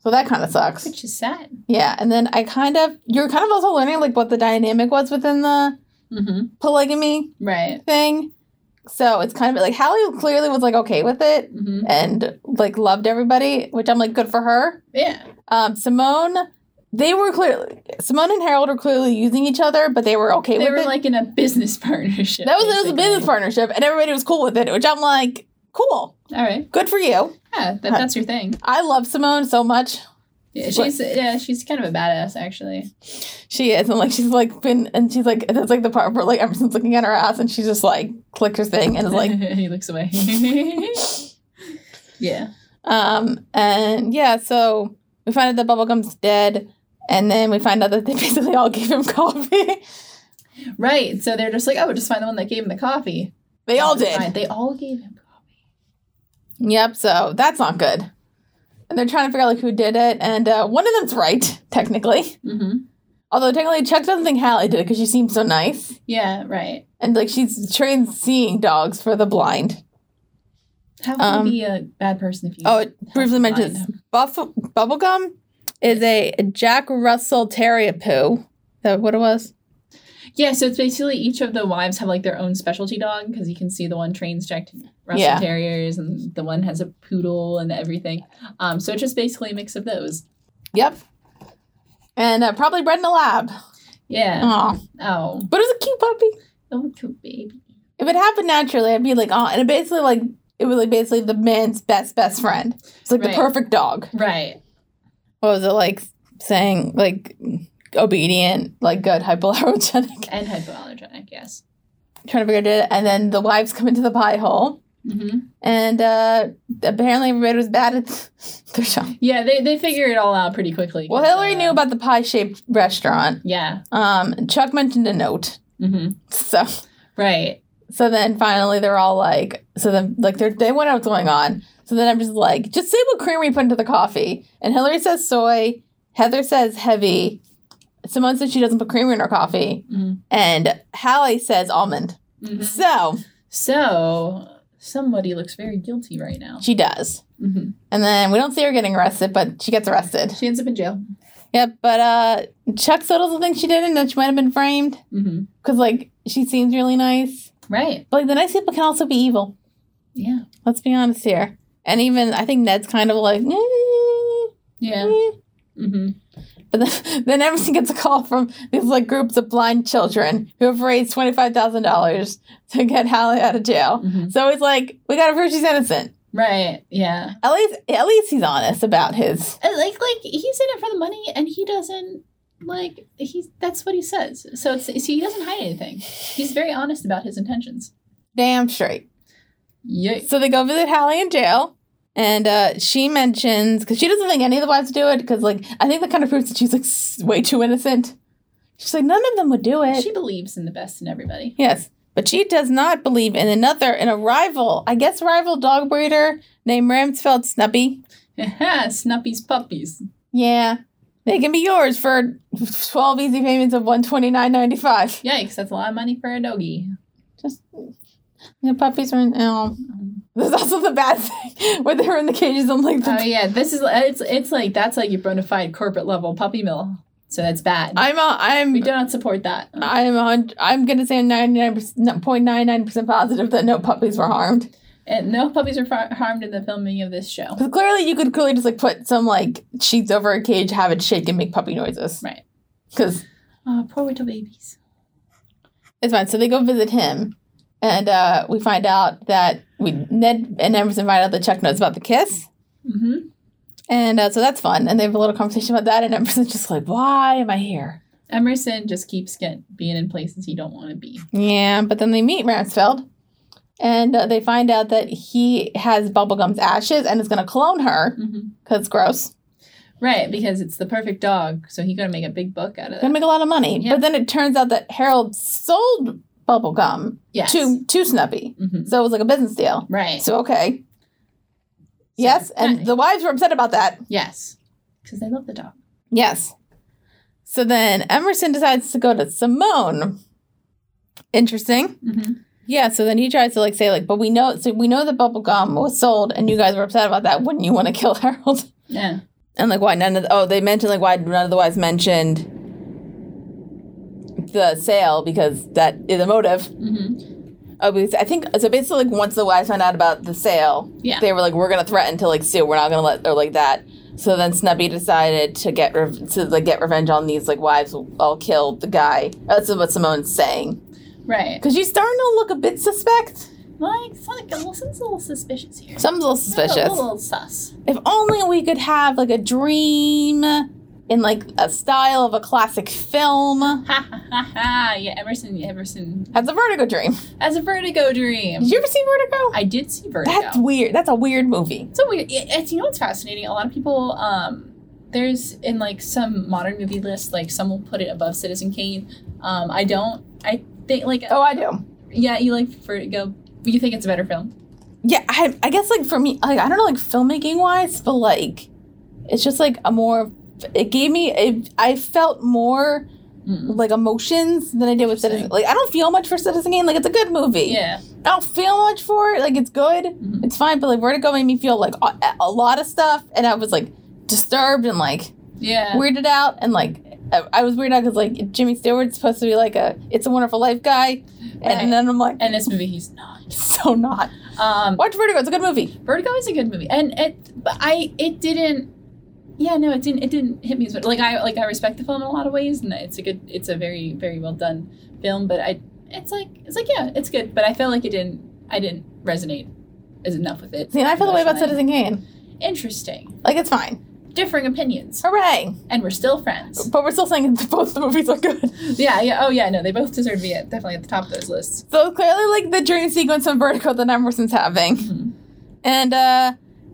Speaker 1: So that kind of sucks.
Speaker 2: which is sad.
Speaker 1: Yeah, and then I kind of you're kind of also learning like what the dynamic was within the
Speaker 2: Mm-hmm.
Speaker 1: polygamy
Speaker 2: Right.
Speaker 1: thing. So it's kind of like Hallie clearly was like okay with it
Speaker 2: Mm-hmm.
Speaker 1: and like loved everybody, which I'm like good for her.
Speaker 2: Yeah.
Speaker 1: Um, Simone, they were clearly Simone and Harold were clearly using each other, but they were okay
Speaker 2: They
Speaker 1: with
Speaker 2: were
Speaker 1: it.
Speaker 2: like in a business (laughs) partnership.
Speaker 1: that was it was a
Speaker 2: basically.
Speaker 1: business partnership, and everybody was cool with it, which I'm like cool,
Speaker 2: All right.
Speaker 1: good for you.
Speaker 2: Yeah, that, that's your thing.
Speaker 1: I love Simone so much.
Speaker 2: Yeah, she's yeah, she's kind of a badass actually.
Speaker 1: She is, and like she's like been, and she's like that's like the part where like Emerson's looking at her ass, and she's just like clicked her thing, and is (laughs) like,
Speaker 2: (laughs) he looks away. yeah.
Speaker 1: um, and yeah, so we find out that Bubblegum's dead, and then we find out that they (laughs) basically all gave him coffee.
Speaker 2: Right. So they're just like, oh, just find the one that gave him the coffee.
Speaker 1: they all
Speaker 2: Fine,
Speaker 1: did.
Speaker 2: They all gave him coffee.
Speaker 1: Yep. So that's not good. And they're trying to figure out like who did it, and uh, one of them's right technically.
Speaker 2: Mm-hmm.
Speaker 1: Although technically Chuck doesn't think Hallie did it because she seems so nice,
Speaker 2: Yeah. Right.
Speaker 1: and like she's trained seeing dogs for the blind.
Speaker 2: How can
Speaker 1: Um,
Speaker 2: you be a bad person if you?
Speaker 1: Oh, it briefly
Speaker 2: Blind.
Speaker 1: mentions buff- bubblegum is a Jack Russell Terrier poo. Is that what it was?
Speaker 2: Yeah, so it's basically each of the wives have like their own specialty dog because you can see the one trains Jack Russell
Speaker 1: Yeah.
Speaker 2: Terriers and the one has a poodle and everything. Um, so it's just basically a mix of those.
Speaker 1: Yep. And uh, probably bred in a lab.
Speaker 2: Yeah.
Speaker 1: Aw.
Speaker 2: Oh,
Speaker 1: But it was a cute puppy.
Speaker 2: oh, cute baby.
Speaker 1: If it happened naturally, I'd be like, oh, and it basically like it was like basically the man's best best friend. It's like
Speaker 2: Right.
Speaker 1: the perfect dog.
Speaker 2: Right.
Speaker 1: What was it like saying like obedient, like good, hypoallergenic? (laughs)
Speaker 2: And hypoallergenic, yes.
Speaker 1: Trying to figure it. out. And then the wives come into the pie hole,
Speaker 2: hmm
Speaker 1: and uh apparently everybody was bad at (laughs) their job.
Speaker 2: Yeah, they, they figure it all out pretty quickly.
Speaker 1: Well,
Speaker 2: 'cause,
Speaker 1: Hillary
Speaker 2: uh,
Speaker 1: knew about the pie shaped restaurant.
Speaker 2: Yeah.
Speaker 1: Um, Chuck mentioned a note,
Speaker 2: hmm
Speaker 1: so
Speaker 2: Right.
Speaker 1: So then finally they're all like, so then like they're, they want out what's going on. So then I'm just like, just say what cream we put into the coffee. And Hillary says soy. Heather says heavy. Simone says she doesn't put creamer in her coffee.
Speaker 2: Mhm.
Speaker 1: And Hallie says almond.
Speaker 2: Mhm.
Speaker 1: So
Speaker 2: So somebody looks very guilty right now.
Speaker 1: she does.
Speaker 2: hmm
Speaker 1: And then we don't see her getting arrested, but she gets arrested.
Speaker 2: She ends up in jail.
Speaker 1: Yep. But uh, Chuck settles the thing she did and that she might have been framed
Speaker 2: hmm
Speaker 1: because like she seems really nice.
Speaker 2: Right.
Speaker 1: But like the nice people can also be evil.
Speaker 2: Yeah.
Speaker 1: Let's be honest here. And even I think Ned's kind of like, "Eh,
Speaker 2: Yeah.
Speaker 1: eh."
Speaker 2: hmm
Speaker 1: but then, (laughs) then Emerson gets a call from these like groups of blind children who have raised twenty five thousand dollars to get Hallie out of jail.
Speaker 2: hmm
Speaker 1: So it's like we got to prove she's innocent.
Speaker 2: Right. Yeah.
Speaker 1: At least, at least he's honest about his.
Speaker 2: And, Like like he's in it for the money, and he doesn't like he. That's what he says. So it's so he doesn't hide anything. He's very honest about his intentions.
Speaker 1: Damn straight.
Speaker 2: Yeah.
Speaker 1: So they go visit Hallie in jail, and uh, she mentions because she doesn't think any of the wives do it because like I think that kind of proves that she's like s- way too innocent. She's like none of them would do it.
Speaker 2: She believes in the best in everybody. (laughs)
Speaker 1: Yes, but she does not believe in another, in a rival, I guess rival dog breeder named Ramsfeld Snuppy.
Speaker 2: Snuppy's puppies.
Speaker 1: Yeah, they can be yours for twelve easy payments of one twenty nine ninety five.
Speaker 2: Yikes! That's a lot of money for a (laughs) doggy.
Speaker 1: Just the puppies are in. Oh. There's also the bad (laughs) thing where they were in the cages and like. The,
Speaker 2: Oh yeah, this is it's it's like that's like your bona fide corporate level puppy mill. So that's bad.
Speaker 1: I'm a, I'm
Speaker 2: we do not support that.
Speaker 1: I'm a hundred, I'm gonna say ninety nine percent, point nine nine percent positive that no puppies were harmed.
Speaker 2: And no puppies were far- harmed in the filming of this show.
Speaker 1: Because clearly, you could clearly just like put some like sheets over a cage, have it shake, and make puppy noises.
Speaker 2: Right.
Speaker 1: Because
Speaker 2: Oh, poor little babies.
Speaker 1: it's fine. So they go visit him, and uh, we find out that we Ned and Emerson find out that Chuck knows about the kiss,
Speaker 2: hmm
Speaker 1: and uh, so that's fun. And they have a little conversation about that, and Emerson's (laughs) just like, "Why am I here?"
Speaker 2: Emerson just keeps get, being in places he don't want to be.
Speaker 1: Yeah, but then they meet Ransfeld, and uh, they find out that he has Bubblegum's ashes and is going to clone her
Speaker 2: Mm-hmm.
Speaker 1: because gross.
Speaker 2: Right, because it's the perfect dog, so he gonna make a big book out of
Speaker 1: gonna
Speaker 2: it.
Speaker 1: make a lot of money.
Speaker 2: Yeah.
Speaker 1: But then it turns out that Harold sold bubblegum
Speaker 2: Yes.
Speaker 1: to to Snuppy.
Speaker 2: Mhm.
Speaker 1: So it was like a business deal.
Speaker 2: Right.
Speaker 1: So okay. Yes, and
Speaker 2: Right.
Speaker 1: the wives were upset about that.
Speaker 2: yes, because they love the dog.
Speaker 1: Yes. So then Emerson decides to go to Simone. Interesting.
Speaker 2: Mm-hmm.
Speaker 1: Yeah, so then he tries to like say like, but we know so we know that bubblegum was sold and you guys were upset about that. Wouldn't you want to kill (laughs) Harold?
Speaker 2: Yeah.
Speaker 1: And like why none of the, oh they mentioned like why none of the wives mentioned the sale because that is a motive.
Speaker 2: hmm
Speaker 1: Oh, because I think so. Basically, like once the wives found out about the sale,
Speaker 2: Yeah.
Speaker 1: they were like, "We're gonna threaten to like sue. We're not gonna let or like that." So then Snubby decided to get rev to like get revenge on these like wives. I'll kill the guy. That's what Simone's saying
Speaker 2: Right.
Speaker 1: because she's starting to look a bit suspect.
Speaker 2: Like Sonic Wilson's a little suspicious here.
Speaker 1: Something's a little
Speaker 2: A
Speaker 1: suspicious.
Speaker 2: little sus.
Speaker 1: If only we could have like a dream in like a style of a classic film.
Speaker 2: Ha ha ha ha. Yeah, Emerson. Emerson
Speaker 1: That's a Vertigo dream.
Speaker 2: as a Vertigo dream.
Speaker 1: Did you ever see Vertigo?
Speaker 2: I did see Vertigo.
Speaker 1: That's weird. That's a weird movie.
Speaker 2: So weird. It, it's, you know what's fascinating? A lot of people, um, there's in like some modern movie list, like some will put it above Citizen Kane. Um, I don't. I think like
Speaker 1: Oh, I do.
Speaker 2: yeah, you like Vertigo. You think it's a better film?
Speaker 1: yeah I, I guess like for me like i don't know like filmmaking wise but like it's just like a more it gave me it, i felt more
Speaker 2: Mm.
Speaker 1: like emotions than i did with citizen
Speaker 2: Interesting.
Speaker 1: like i don't feel much for citizen kane like it's a good movie
Speaker 2: Yeah.
Speaker 1: i don't feel much for it like it's good
Speaker 2: Mhm.
Speaker 1: it's fine but like vertigo made me feel like a, a lot of stuff and i was like disturbed and like
Speaker 2: Yeah.
Speaker 1: weirded out and like I, I was weird out because like Jimmy Stewart's supposed to be like a It's a Wonderful Life guy, and
Speaker 2: Right.
Speaker 1: then I'm like, (laughs)
Speaker 2: And this movie, he's not.
Speaker 1: so not.
Speaker 2: Um,
Speaker 1: Watch Vertigo; it's a good movie.
Speaker 2: Vertigo is a good movie, and it, but I, it didn't. Yeah, no, it didn't. It didn't hit me as much. Like I, like I respect the film in a lot of ways, and it's a good. It's a very, very well done film. But I, it's like, it's like, yeah, it's good. But I feel like it didn't. I didn't resonate as enough with it.
Speaker 1: See, and I feel the way about
Speaker 2: emotionally.
Speaker 1: Citizen Kane.
Speaker 2: Interesting,
Speaker 1: Like it's fine.
Speaker 2: differing opinions,
Speaker 1: Hooray!
Speaker 2: and we're still friends.
Speaker 1: But we're still saying (laughs) that both the movies are good.
Speaker 2: Yeah, yeah. Oh, yeah. No, they both deserve to be at, definitely at the top of those
Speaker 1: (laughs)
Speaker 2: lists.
Speaker 1: So clearly, like the dream sequence from Vertigo that Emerson's having,
Speaker 2: Mhm.
Speaker 1: and uh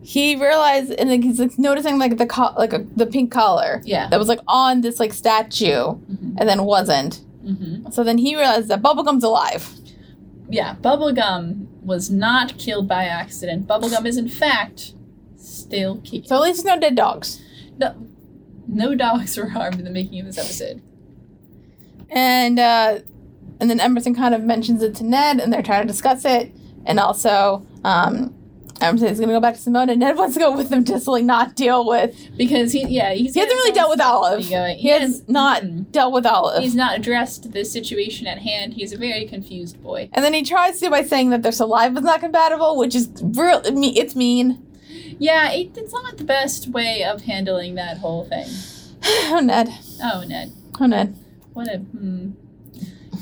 Speaker 1: he realized, and then he's like noticing like the co- like a, the pink collar
Speaker 2: Yeah.
Speaker 1: that was like on this like statue,
Speaker 2: Mhm.
Speaker 1: and then wasn't.
Speaker 2: hmm
Speaker 1: So then he realized that Bubblegum's alive.
Speaker 2: Yeah. Bubblegum was not killed by accident. Bubblegum is in fact still killed.
Speaker 1: So at least there's no dead dogs.
Speaker 2: No dogs (laughs) were harmed in the making of this episode.
Speaker 1: And uh, and then Emerson kind of mentions it to Ned, and they're trying to discuss it. And also, um, Emerson is going to go back to Simone, and Ned (laughs) wants to go with them just to like not deal with
Speaker 2: Because he, yeah, he's
Speaker 1: He hasn't really dealt with Olive. He has not
Speaker 2: mm.
Speaker 1: dealt with Olive.
Speaker 2: He's not addressed the situation at hand. He's a very confused boy.
Speaker 1: and then he tries to by saying that their saliva's not compatible, which is real. it me- It's mean. (sighs)
Speaker 2: Yeah, it, it's not the best way of handling that whole thing.
Speaker 1: oh Ned,
Speaker 2: Oh, Ned,
Speaker 1: oh Ned.
Speaker 2: what a hmm.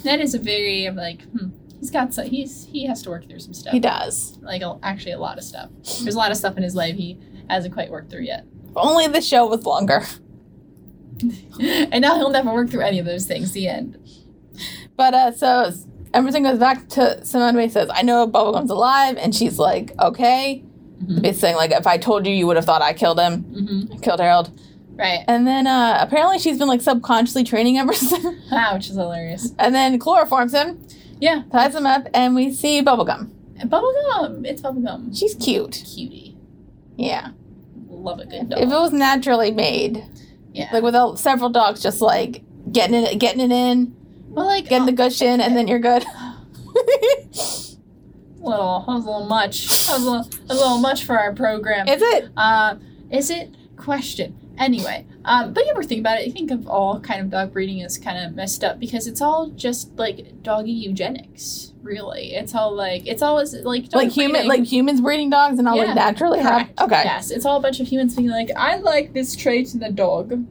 Speaker 2: Ned is a very I'm like hmm. he's got so he's he has to work through some stuff.
Speaker 1: He does.
Speaker 2: like a, actually a lot of stuff. There's a lot of stuff in his life he hasn't quite worked through yet, (laughs)
Speaker 1: If only the show was longer.
Speaker 2: and now he'll never work through any of those things. The end.
Speaker 1: But uh, so Emerson goes back to Simone and says, I know Bubblegum's alive. And she's like, okay.
Speaker 2: Mhm.
Speaker 1: Basically, saying, like, if I told you, you would have thought I killed him,
Speaker 2: hmm
Speaker 1: I killed Harold.
Speaker 2: Right.
Speaker 1: And then uh, apparently she's been, like, subconsciously training (laughs) Emerson.
Speaker 2: Ah, which is hilarious.
Speaker 1: and then chloroforms him,
Speaker 2: Yeah,
Speaker 1: ties him up, and we see Bubblegum.
Speaker 2: bubblegum. It's bubblegum.
Speaker 1: She's cute.
Speaker 2: Cutie.
Speaker 1: Yeah.
Speaker 2: Love a good
Speaker 1: If it
Speaker 2: dog.
Speaker 1: was naturally made,
Speaker 2: Yeah.
Speaker 1: like, with all- several dogs just, like, getting it, getting it in,
Speaker 2: well, like
Speaker 1: getting the gush in, and then you're good. (laughs)
Speaker 2: little, that was a little much. That was a little, a little much for our program.
Speaker 1: Is it?
Speaker 2: Uh, is it question? Anyway, um, but you ever think about it? You think of all kind of dog breeding as kind of messed up because it's all just like doggy eugenics. Really, it's all like it's always like dog
Speaker 1: like human,
Speaker 2: breeding-
Speaker 1: like humans breeding dogs and all
Speaker 2: Yeah.
Speaker 1: like naturally have.
Speaker 2: Correct.
Speaker 1: Okay,
Speaker 2: Yes, it's all a bunch of humans being like, I like this trait in the dog.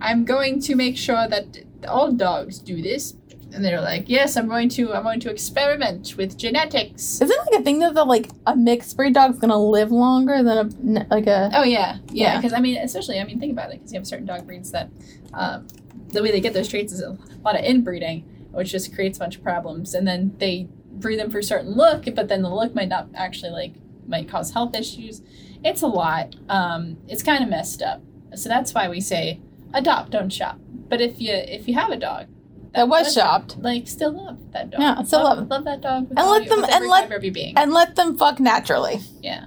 Speaker 2: I'm going to make sure that all dogs do this. And they're like, yes, I'm going to, I'm going to experiment with genetics.
Speaker 1: Isn't it like a thing though that like a mixed breed dog's gonna live longer than a n- like a
Speaker 2: Oh yeah, yeah.
Speaker 1: Yeah.
Speaker 2: Because I mean, especially I mean, think about it. Because you have certain dog breeds that um, the way they get those traits is a lot of inbreeding, which just creates a bunch of problems. And then they breed them for a certain look, but then the look might not actually like might cause health issues. It's a lot. Um, it's kind of messed up. So that's why we say adopt, don't shop. But if you if you have a dog,
Speaker 1: that was
Speaker 2: was-
Speaker 1: shopped
Speaker 2: like still love that dog.
Speaker 1: Yeah, still love
Speaker 2: love that dog. With
Speaker 1: And
Speaker 2: all
Speaker 1: let
Speaker 2: your-
Speaker 1: them-
Speaker 2: with
Speaker 1: and
Speaker 2: every
Speaker 1: let-
Speaker 2: fiber of your being.
Speaker 1: and let them fuck naturally.
Speaker 2: yeah.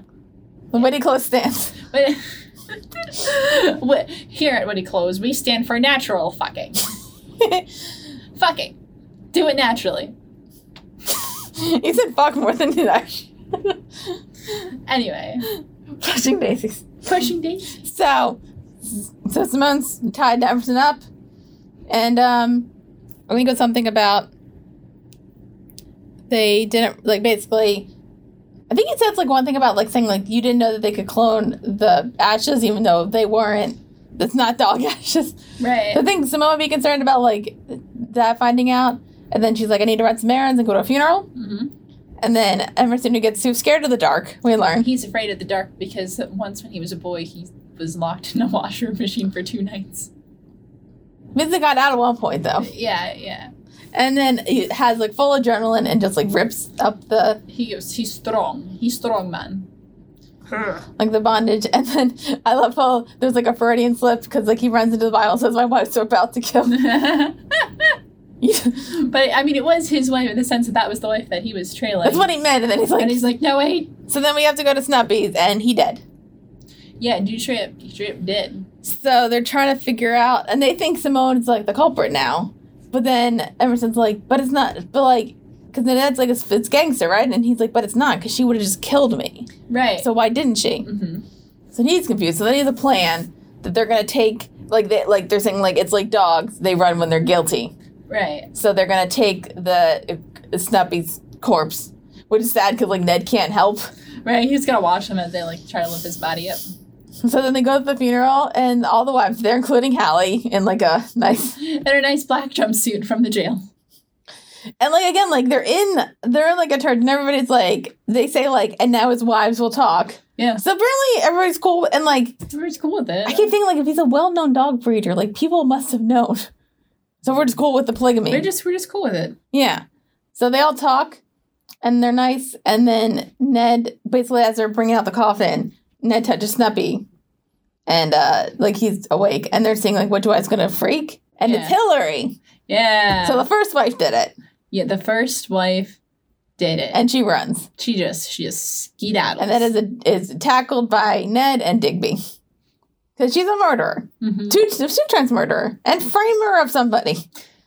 Speaker 1: The witty close (laughs) stance.
Speaker 2: But (laughs) Wh- here at Woody Close, we stand for natural fucking. fucking. Do it naturally.
Speaker 1: you said fuck more than you actually (laughs)
Speaker 2: Anyway,
Speaker 1: pushing daisies.
Speaker 2: pushing dates.
Speaker 1: So so Simone's tied Emerson up, and um, I think it was something about they didn't like basically. I think it says like one thing about like saying like you didn't know that they could clone the ashes even though they weren't. That's not dog (laughs) ashes. I
Speaker 2: Right.
Speaker 1: think Simone would be concerned about like that finding out, and then she's like, "I need to run some errands and go to a funeral."
Speaker 2: hmm
Speaker 1: And then Emerson, who gets too scared of the dark, we learn.
Speaker 2: He's afraid of the dark because once when he was a boy, he was locked in a washroom machine for two nights.
Speaker 1: Vincent got out at one point though,
Speaker 2: Yeah, yeah.
Speaker 1: and then he has like full adrenaline and just like rips up the
Speaker 2: He goes, he's strong. He's strong man. (laughs)
Speaker 1: like the bondage. (laughs) And then I love how there's like a Freudian slip because like he runs into the Bible and says, "My wife's about to kill me." (laughs) That's
Speaker 2: but I mean, it was his wife in the sense that that was the wife that he was trailing.
Speaker 1: what he meant. And then he's like,
Speaker 2: and he's like, no, wait.
Speaker 1: "So then we have to go to Snuppy's," and he dead.
Speaker 2: Yeah, do trip. Trip did.
Speaker 1: So they're trying to figure out, and they think Simone's like the culprit now. But then Emerson's like, but it's not, but like, because then that's like, it's, it's gangster, right? And he's like, but it's not, because she would have just killed me.
Speaker 2: Right.
Speaker 1: So why didn't she?
Speaker 2: hmm
Speaker 1: So he's confused. So then he has a plan that they're going to take like they like they're saying like it's like dogs they run when they're guilty
Speaker 2: Right.
Speaker 1: so they're gonna take the uh, snuppy's corpse which is sad because like ned can't help (laughs)
Speaker 2: Right. He's gonna watch them as they like try to lift his body up.
Speaker 1: so then they go to the funeral and all the wives there including hallie in like a nice
Speaker 2: And a nice black jumpsuit from the jail.
Speaker 1: and like again like they're in they're in like a church and everybody's like they say like and now his wives will talk
Speaker 2: Yeah.
Speaker 1: so apparently everybody's cool and like
Speaker 2: We're just cool with it.
Speaker 1: I keep thinking like if he's a well-known dog breeder, like people must have known. So we're just cool with the polygamy.
Speaker 2: we're just we're just cool with it.
Speaker 1: yeah. So they all talk, and they're nice. And then Ned basically, as they're bringing out the coffin, Ned touches Snuppy, and uh like he's awake. And they're saying like, "Which wife's gonna freak?" And it's
Speaker 2: Yeah.
Speaker 1: Hillary.
Speaker 2: Yeah.
Speaker 1: So the first wife did it,
Speaker 2: yeah, the first wife did it.
Speaker 1: and she runs,
Speaker 2: she just she just skedaddles.
Speaker 1: and then is a, is tackled by Ned and Digby, because she's a murderer,
Speaker 2: Mhm.
Speaker 1: two two times murderer, and framer of somebody.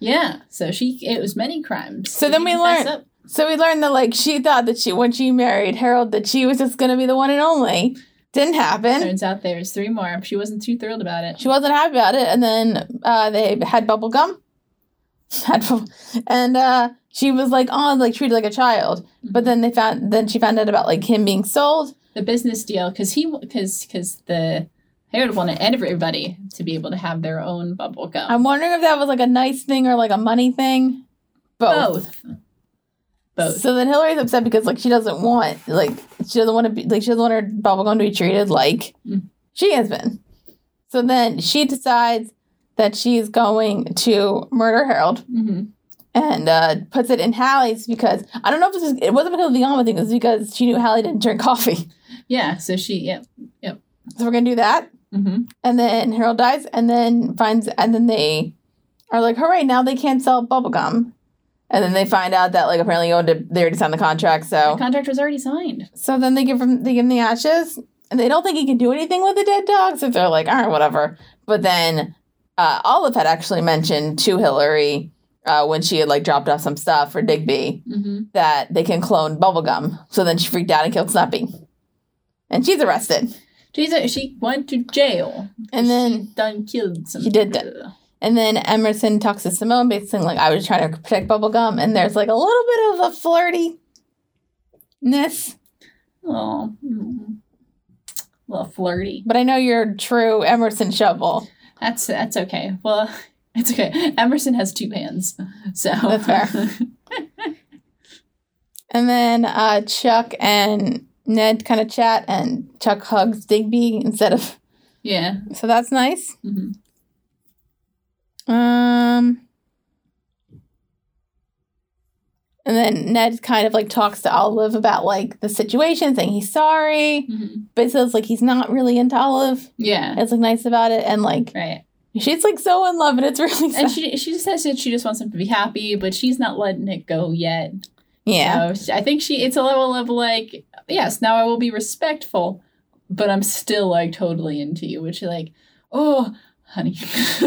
Speaker 2: Yeah. So she it was many crimes.
Speaker 1: So
Speaker 2: She
Speaker 1: then we
Speaker 2: didn't mess
Speaker 1: learn-
Speaker 2: up.
Speaker 1: So we learned that like she thought that she when she married Harold that she was just gonna be the one and only. Didn't happen.
Speaker 2: Turns out there was three more. She wasn't too thrilled about it.
Speaker 1: She wasn't happy about it, and then uh, they had bubble gum, (laughs) had bub- and uh, she was like oh like treated like a child. But then they found then she found out about like him being sold.
Speaker 2: the business deal because he because because the Harold wanted everybody to be able to have their own bubble gum.
Speaker 1: I'm wondering if that was like a nice thing or like a money thing. Both.
Speaker 2: both. Both.
Speaker 1: So then Hillary's upset because like she doesn't want like she doesn't want to be like she doesn't want her bubblegum to be treated like
Speaker 2: Mm.
Speaker 1: she has been. So then she decides that she's going to murder Harold
Speaker 2: hmm
Speaker 1: and uh, puts it in Hallie's because I don't know if this is, it wasn't because of the Alma thing, it was because she knew Hallie didn't drink (laughs) coffee.
Speaker 2: Yeah. So she. Yep.
Speaker 1: So we're gonna do that.
Speaker 2: hmm
Speaker 1: And then Harold dies and then finds and then they are like, hooray, now they can't sell bubblegum. And then they find out that like apparently you owned it, they already signed the contract, so
Speaker 2: The contract was already signed.
Speaker 1: So then they give him they give him the ashes, and they don't think he can do anything with the dead dog. So they're like, all right, whatever. But then uh, Olive had actually mentioned to Hillary uh, when she had like dropped off some stuff for Digby
Speaker 2: hmm
Speaker 1: that they can clone bubblegum. So then she freaked out and killed Snuppy, and she's arrested.
Speaker 2: She's a, she went to jail.
Speaker 1: And
Speaker 2: she
Speaker 1: then
Speaker 2: done killed some.
Speaker 1: She did
Speaker 2: people.
Speaker 1: and then Emerson talks to Simone, basically like I was trying to protect bubblegum, and there's like a little bit of a flirtiness.
Speaker 2: Oh. mm. A little flirty.
Speaker 1: But I know you're true Emerson Shovel.
Speaker 2: That's that's okay. Well, (laughs) it's okay. Emerson has two hands, so
Speaker 1: That's fair. And then uh, Chuck and Ned kind of chat, and Chuck hugs Digby instead of.
Speaker 2: (laughs) yeah.
Speaker 1: So that's nice.
Speaker 2: hmm
Speaker 1: Um. And then Ned kind of like talks to Olive about like the situation, saying he's sorry,
Speaker 2: hmm
Speaker 1: but says like he's not really into Olive.
Speaker 2: Yeah.
Speaker 1: It's like nice about it, and like
Speaker 2: Right.
Speaker 1: she's like so in love, and it's (laughs) really
Speaker 2: And
Speaker 1: sad.
Speaker 2: she she just says that she just wants him to be happy, but she's not letting it go yet.
Speaker 1: yeah,
Speaker 2: So she- I think she it's a level of like, yes, now I will be respectful, but I'm still like totally into you, which is like, oh, honey, (laughs)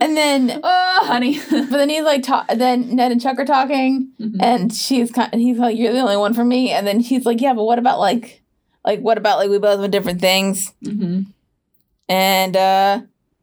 Speaker 1: and then
Speaker 2: oh, honey. (laughs)
Speaker 1: but then he's like ta- then Ned and Chuck are talking,
Speaker 2: Mhm.
Speaker 1: and she's kind and he's like you're the only one for me and then he's like yeah but what about like like what about like we both want different things
Speaker 2: Mhm.
Speaker 1: and uh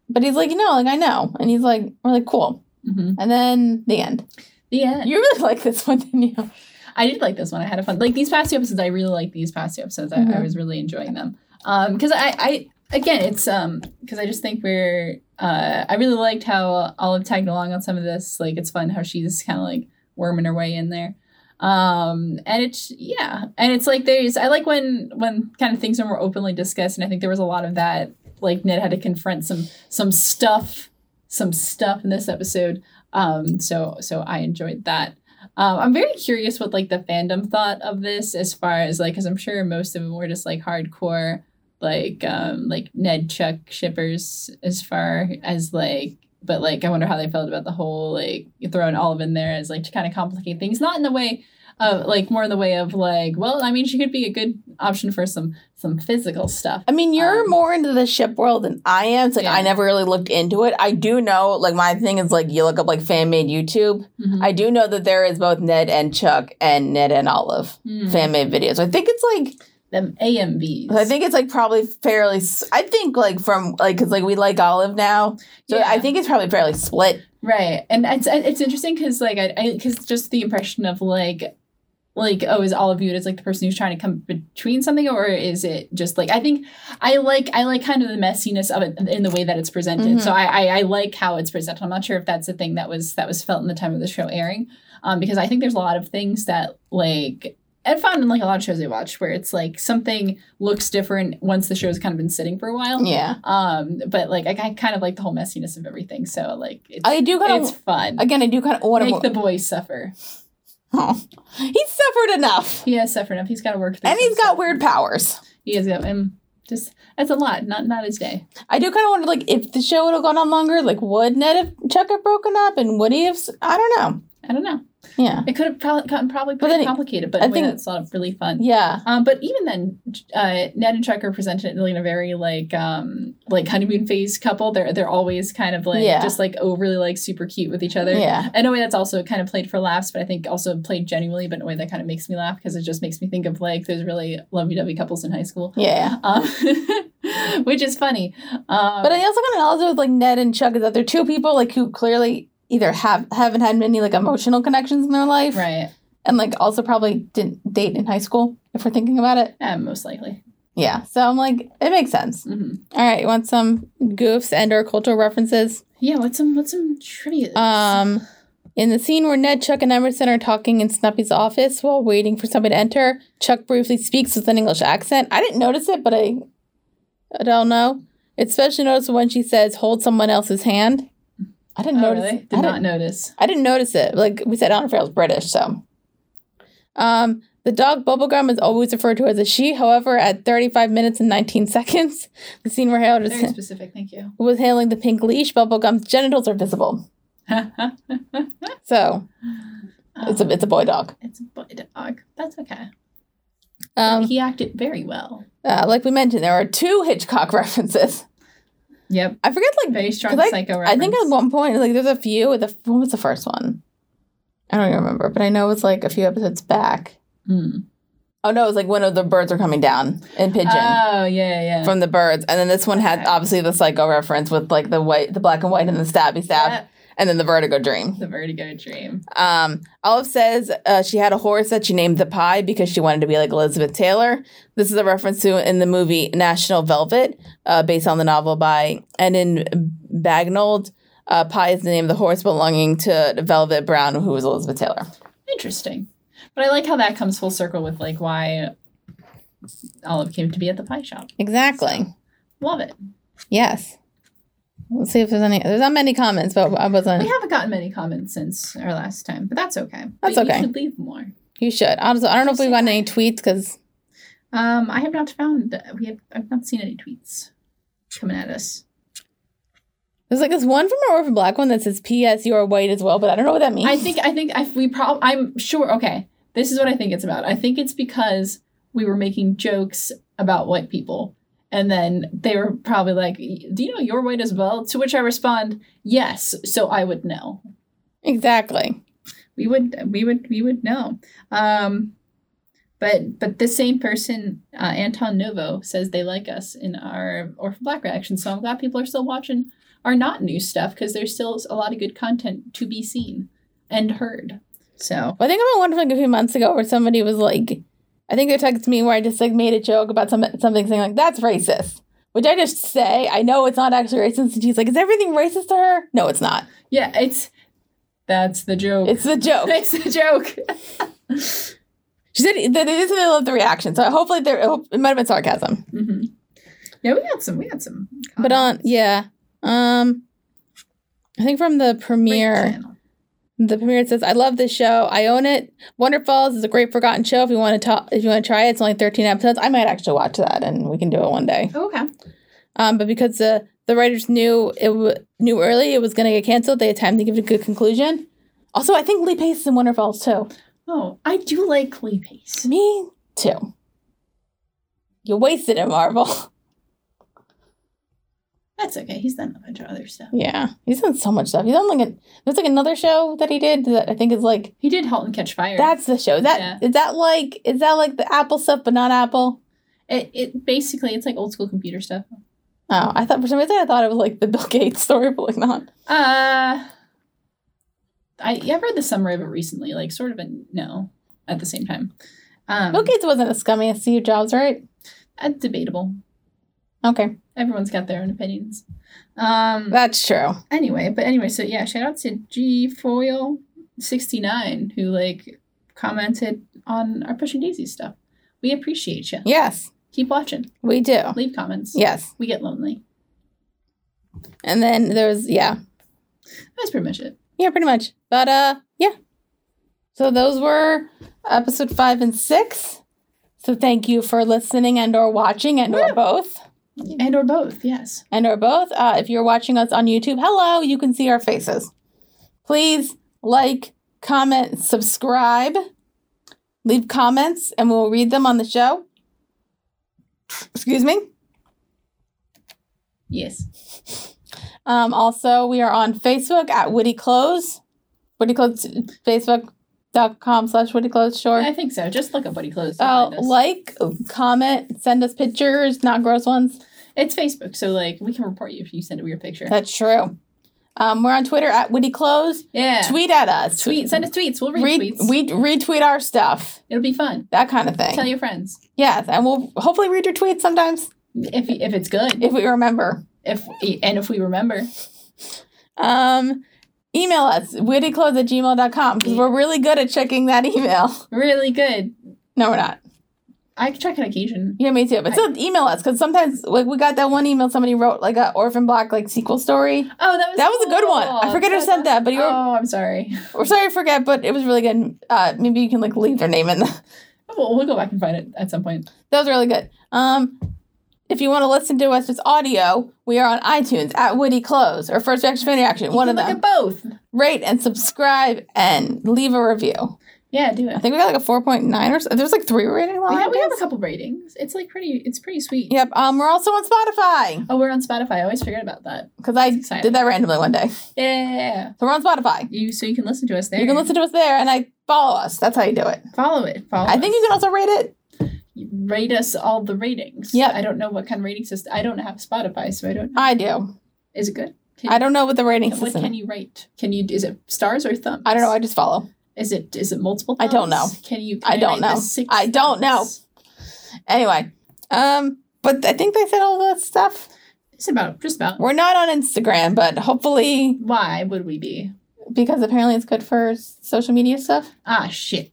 Speaker 1: but he's like you know like i know and he's like we're like cool
Speaker 2: Mhm.
Speaker 1: and then the end (laughs)
Speaker 2: The end.
Speaker 1: you really like this one didn't you
Speaker 2: I did like this one. I had a fun like these past two episodes. I really like these past two episodes. I, I
Speaker 1: Mhm.
Speaker 2: was really enjoying them. Um, because I, I again, it's um, because I just think we're uh, I really liked how Olive tagged along on some of this. Like it's fun how she's kind of like worming her way in there. Um, and it's yeah, and it's like there's I like when when kind of things are more openly discussed, and I think there was a lot of that. Like Ned had to confront some some stuff, some stuff in this episode. Um, so so I enjoyed that. Um, I'm very curious what like the fandom thought of this, as far as like, because I'm sure most of them were just like hardcore, like um, like Ned Chuck shippers, as far as like, but like I wonder how they felt about the whole like throwing Olive in there as like to kind of complicate things, not in the way of like more in the way of like, well, I mean, she could be a good option for some some physical stuff.
Speaker 1: i mean you're
Speaker 2: Um,
Speaker 1: more into the ship world than i am it's like
Speaker 2: Yeah.
Speaker 1: i never really looked into it i do know like my thing is like you look up like fan made youtube
Speaker 2: Mm-hmm.
Speaker 1: i do know that there is both ned and chuck and ned and olive
Speaker 2: Mm.
Speaker 1: fan made videos i think it's like
Speaker 2: Them AMVs.
Speaker 1: I think it's like probably fairly. s- I think like from like because like we like Olive now, so
Speaker 2: Yeah.
Speaker 1: I think it's probably fairly split.
Speaker 2: Right, and it's it's interesting because like I because just the impression of like like oh is all viewed as like the person who's trying to come between something or is it just like I think I like I like kind of the messiness of it in the way that it's presented.
Speaker 1: Mhm.
Speaker 2: So I, I I like how it's presented. I'm not sure if that's the thing that was that was felt in the time of the show airing, um because I think there's a lot of things that like. I found in like a lot of shows I watch where it's like something looks different once the show's kind of been sitting for a while.
Speaker 1: Yeah,
Speaker 2: Um, but like I, I kind of like the whole messiness of everything. So like it's
Speaker 1: I do kind
Speaker 2: it's
Speaker 1: of.
Speaker 2: fun.
Speaker 1: Again, I do kind of want to.
Speaker 2: Make the boys suffer.
Speaker 1: oh, he's suffered enough,
Speaker 2: He has suffered enough. He's got to work. Through
Speaker 1: and
Speaker 2: some
Speaker 1: he's got
Speaker 2: stuff.
Speaker 1: weird powers.
Speaker 2: He has got um, just that's a lot. Not not his day.
Speaker 1: I do kind of wonder, like, if the show would have gone on longer, like, would Ned have Chuck have broken up, and would he have? s- I don't know.
Speaker 2: I don't know.
Speaker 1: Yeah,
Speaker 2: It could have probably gotten probably
Speaker 1: But
Speaker 2: pretty
Speaker 1: then-
Speaker 2: complicated, but
Speaker 1: I
Speaker 2: I think
Speaker 1: think-
Speaker 2: that's a lot of really fun.
Speaker 1: yeah,
Speaker 2: Um, but even then, uh, Ned and Chuck are presented in a very like um like honeymoon phase couple. They're they're always kind of like
Speaker 1: Yeah.
Speaker 2: just like overly like super cute with each other.
Speaker 1: yeah.
Speaker 2: In a way that's also kind of played for laughs, but I think also played genuinely, but in a way that kind of makes me laugh because it just makes me think of like those really lovey dovey couples in high school.
Speaker 1: Yeah.
Speaker 2: um, (laughs) which is funny. Um,
Speaker 1: But I also kind of also with like Ned and Chuck is that they're two people like who clearly either have haven't had many like emotional connections in their life,
Speaker 2: right,
Speaker 1: and like also probably didn't date in high school if we're thinking about it.
Speaker 2: yeah, most likely.
Speaker 1: Yeah. So I'm like, it makes sense.
Speaker 2: hmm
Speaker 1: All right, you want some goofs and or cultural references?
Speaker 2: Yeah, what's some what's some trivia?
Speaker 1: Um, in the scene where Ned, Chuck, and Emerson are talking in Snuppy's office while waiting for somebody to enter, Chuck briefly speaks with an English accent. I didn't notice it, but I, I don't know. It's especially noticeable when she says, "Hold someone else's hand." I didn't
Speaker 2: oh,
Speaker 1: notice.
Speaker 2: really?
Speaker 1: I
Speaker 2: Did
Speaker 1: didn't-
Speaker 2: not notice.
Speaker 1: I didn't notice it. Like we said, Anna Farrell's British, so. Um, the dog Bubblegum is always referred to as a she. However, at 35 minutes and 19 seconds, (laughs) the scene where Harold
Speaker 2: Very
Speaker 1: is,
Speaker 2: specific. Thank you.
Speaker 1: (laughs) was hailing the pink leash, Bubblegum's genitals are visible. So
Speaker 2: (laughs)
Speaker 1: it's a it's a boy dog.
Speaker 2: Um, it's a boy dog. That's okay.
Speaker 1: Um,
Speaker 2: he acted very well.
Speaker 1: uh, like we mentioned, there are two Hitchcock (laughs) references.
Speaker 2: Yep.
Speaker 1: I forget like
Speaker 2: Very strong
Speaker 1: 'cause I-
Speaker 2: psycho
Speaker 1: I think at
Speaker 2: reference.
Speaker 1: one point like there's a few. The what was the first one? I don't even remember, but I know it was like a few episodes back.
Speaker 2: Hmm.
Speaker 1: Oh no, it was like when the birds are coming down in pigeon.
Speaker 2: Oh yeah, yeah.
Speaker 1: from the birds, and then this one had
Speaker 2: Okay.
Speaker 1: obviously the psycho reference with like the white, the black and white, and the stabby stab,
Speaker 2: Yeah,
Speaker 1: and then the vertigo dream.
Speaker 2: the Vertigo dream.
Speaker 1: Um, Olive says uh, she had a horse that she named the Pie because she wanted to be like Elizabeth Taylor. This is a reference to in the movie National Velvet, uh, based on the novel by and in Bagnold. Uh, Pie is the name of the horse belonging to Velvet Brown, who was Elizabeth Taylor.
Speaker 2: Interesting. But I like how that comes full circle with like why Olive came to be at the pie shop.
Speaker 1: Exactly.
Speaker 2: Love it.
Speaker 1: Yes. Let's see if there's any. There's not many comments, but I wasn't.
Speaker 2: We haven't gotten many comments since our last time, but that's okay.
Speaker 1: That's
Speaker 2: But you
Speaker 1: okay.
Speaker 2: should leave more.
Speaker 1: You should. Also, I don't know if we've gotten any tweets because
Speaker 2: Um, I have not found we have I've not seen any tweets coming at us.
Speaker 1: There's like this one from our Orphan Black one that says "P.S. You are white as well," but I don't know what that means.
Speaker 2: I think I think I we prob I'm sure okay. This is what I think it's about. I think it's because we were making jokes about white people. And then they were probably like, Do you know you're white as well? To which I respond, Yes, so I would know.
Speaker 1: exactly.
Speaker 2: we would we would we would know um but but this same person uh, anton novo says they like us in our orphan black reaction so i'm glad people are still watching our not new stuff because there's still a lot of good content to be seen and heard so
Speaker 1: I think about one from like a few months ago where somebody was like, I think they texted me where I just like made a joke about some something saying like that's racist, which I just say I know it's not actually racist, and she's like, "Is everything racist to her?" No, it's not.
Speaker 2: yeah it's that's the joke
Speaker 1: It's the
Speaker 2: (laughs)
Speaker 1: joke.
Speaker 2: that's the joke
Speaker 1: She said that it is they love the reaction, so hopefully there I hope- it might have been sarcasm.
Speaker 2: hmm yeah we had some we had some
Speaker 1: But on
Speaker 2: comments.
Speaker 1: yeah, um, I think from the
Speaker 2: Great
Speaker 1: premiere.
Speaker 2: channel.
Speaker 1: The premiere says, "I love this show. I own it. Wonder Falls is a great forgotten show. If you want to talk, if you want to try it, it's only thirteen episodes. I might actually watch that, and we can do it one day.
Speaker 2: Oh, okay
Speaker 1: Um, but because the the writers knew it w- knew early it was going to get canceled, they had time to give it a good conclusion. Also, I think Lee Pace is in Wonder Falls too.
Speaker 2: oh i do like clay pace
Speaker 1: Me too. You wasted it, Marvel. (laughs)
Speaker 2: that's okay he's done a bunch of other stuff
Speaker 1: yeah, he's done so much stuff. He's done like a, there's like another show that he did that I think is like
Speaker 2: He did *Halt and Catch Fire*.
Speaker 1: that's the show. Is that is
Speaker 2: Yeah.
Speaker 1: that like is that like the Apple stuff, but not Apple.
Speaker 2: It, it basically it's like old school computer stuff.
Speaker 1: Oh, I thought for some reason I thought it was like the (laughs) Bill Gates story, but like not.
Speaker 2: Uh, I yeah, I've read the summary of it recently, like sort of a no at the same time. Um,
Speaker 1: Bill Gates wasn't as scummy as Steve Jobs, right?
Speaker 2: that's debatable.
Speaker 1: Okay,
Speaker 2: Everyone's got their own opinions. Um,
Speaker 1: that's true.
Speaker 2: anyway, but anyway, so yeah, shout out to G Foil sixty nine who like commented on our Pushing Daisy stuff. We appreciate you.
Speaker 1: Yes,
Speaker 2: Keep watching.
Speaker 1: we do.
Speaker 2: Leave comments.
Speaker 1: Yes,
Speaker 2: we get lonely.
Speaker 1: and then there's yeah,
Speaker 2: That's pretty much it.
Speaker 1: yeah, pretty much. But uh, yeah. So those were episode five and six. So thank you for listening and or watching and or
Speaker 2: Woo!
Speaker 1: both.
Speaker 2: And or both, yes.
Speaker 1: and or both. Uh, if you're watching us on YouTube, hello, you can see our faces. Please like, comment, subscribe, leave comments, and we'll read them on the show. Excuse me.
Speaker 2: Yes.
Speaker 1: Um, also, we are on Facebook at Woody Clothes. Woody Clothes, Facebook.com slash Woody Clothes, sure.
Speaker 2: I think so. Just look up Buddy Close.
Speaker 1: Oh, like, comment, send us pictures, not gross ones.
Speaker 2: It's Facebook, so like we can report you if you send a weird picture.
Speaker 1: That's true. Um, we're on Twitter at Woody Clothes.
Speaker 2: yeah.
Speaker 1: Tweet at us.
Speaker 2: Tweet. Send us tweets. We'll read,
Speaker 1: Re-
Speaker 2: tweets.
Speaker 1: we retweet our stuff,
Speaker 2: It'll be fun.
Speaker 1: that kind of thing.
Speaker 2: Tell your friends
Speaker 1: yes, and we'll hopefully read your tweets sometimes
Speaker 2: if if it's good.
Speaker 1: if we remember.
Speaker 2: If and if we remember.
Speaker 1: Um, email us wittyclothes at gmail.com because we're really good at checking that (laughs) email.
Speaker 2: Really good.
Speaker 1: No, we're not.
Speaker 2: I can check on occasion.
Speaker 1: Yeah, me too. But still, email us because sometimes like we got that one email somebody wrote like a Orphan Black like sequel story.
Speaker 2: Oh, that was
Speaker 1: That was a good one. I
Speaker 2: cool.
Speaker 1: forget who sent that, but you were-
Speaker 2: oh, I'm sorry.
Speaker 1: Or sorry, I forget, but it was really good. Uh, maybe you can like leave their name in. The- (laughs)
Speaker 2: Oh, We'll, we'll go back and find it at some point.
Speaker 1: that was really good. Um. If you want to listen to us just audio, we are on iTunes at Woody Clothes or First Reaction Fan Reaction.
Speaker 2: You
Speaker 1: One
Speaker 2: can
Speaker 1: of
Speaker 2: look
Speaker 1: them.
Speaker 2: at both.
Speaker 1: rate and subscribe and leave a review.
Speaker 2: Yeah, do it.
Speaker 1: I think we got like a 4.9 or so. There's like three rating
Speaker 2: We
Speaker 1: on
Speaker 2: have, we have a
Speaker 1: it.
Speaker 2: couple ratings. It's like pretty. It's pretty sweet.
Speaker 1: Yep. Um, we're also on Spotify
Speaker 2: Oh, we're on Spotify. I always forget about that.
Speaker 1: because I
Speaker 2: exciting.
Speaker 1: did that randomly one day.
Speaker 2: Yeah.
Speaker 1: So we're on Spotify.
Speaker 2: You so you can listen to us there.
Speaker 1: You can listen to us there and I follow us. That's how you do it.
Speaker 2: Follow it. Follow.
Speaker 1: I think
Speaker 2: us.
Speaker 1: you can also rate it.
Speaker 2: rate us all the ratings.
Speaker 1: Yep.
Speaker 2: I don't know what kind of rating system. I don't have Spotify, so I don't.
Speaker 1: I do.
Speaker 2: Is it good? Can,
Speaker 1: I don't know what the rating
Speaker 2: What
Speaker 1: system
Speaker 2: can
Speaker 1: is.
Speaker 2: you rate? Can you? Is it stars or thumbs?
Speaker 1: I don't know. I just follow.
Speaker 2: is it is it multiple?
Speaker 1: I don't
Speaker 2: thumbs? Can you?
Speaker 1: I
Speaker 2: can
Speaker 1: don't
Speaker 2: rate the
Speaker 1: know.
Speaker 2: six
Speaker 1: I don't know.
Speaker 2: thumbs?
Speaker 1: Anyway, um, but I think they said all that stuff.
Speaker 2: It's about just about.
Speaker 1: We're not on Instagram, but hopefully
Speaker 2: Why would we be?
Speaker 1: because apparently it's good for social media stuff.
Speaker 2: Ah, shit.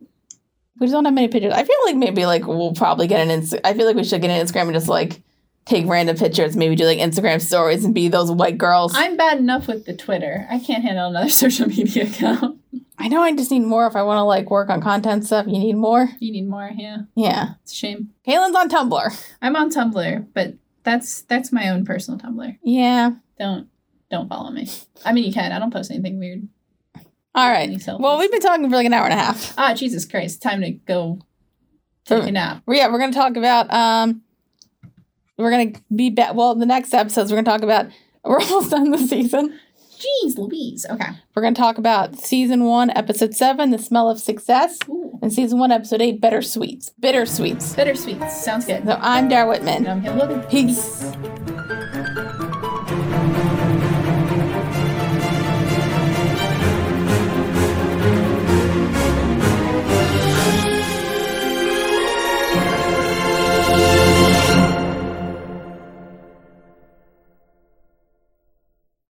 Speaker 1: We just don't have many pictures. I feel like maybe like we'll probably get an Insta- I feel like we should get an Instagram and just like take random pictures, maybe do like Instagram stories and be those white girls. i
Speaker 2: I'm bad enough with the Twitter. I can't handle another (laughs) social media account.
Speaker 1: know I just need more if I want to like work on content stuff. You need more?
Speaker 2: You need more. Yeah,
Speaker 1: Yeah.
Speaker 2: it's a shame.
Speaker 1: Kaylin's on Tumblr.
Speaker 2: I'm on Tumblr, but that's that's my own personal Tumblr.
Speaker 1: Yeah.
Speaker 2: Don't don't follow me. I mean, you can. I don't post anything weird.
Speaker 1: All right.
Speaker 2: Any selfies.
Speaker 1: Well, we've been talking for like an hour and a half.
Speaker 2: Ah, Jesus Christ! Time to go take a nap.
Speaker 1: Well, yeah, we're going to talk about, um, we're going to be, ba- well, the next episodes, we're going to talk about, (laughs) we're almost done this season.
Speaker 2: Jeez, Louise. Okay.
Speaker 1: We're going to talk about season one, episode seven, The Smell of Success,
Speaker 2: Ooh.
Speaker 1: and season one, episode eight, Better Sweets. Bitter Sweets.
Speaker 2: Bittersweet. Sounds good.
Speaker 1: So I'm Dara Whitman.
Speaker 2: And I'm Kim Logan.
Speaker 1: Peace.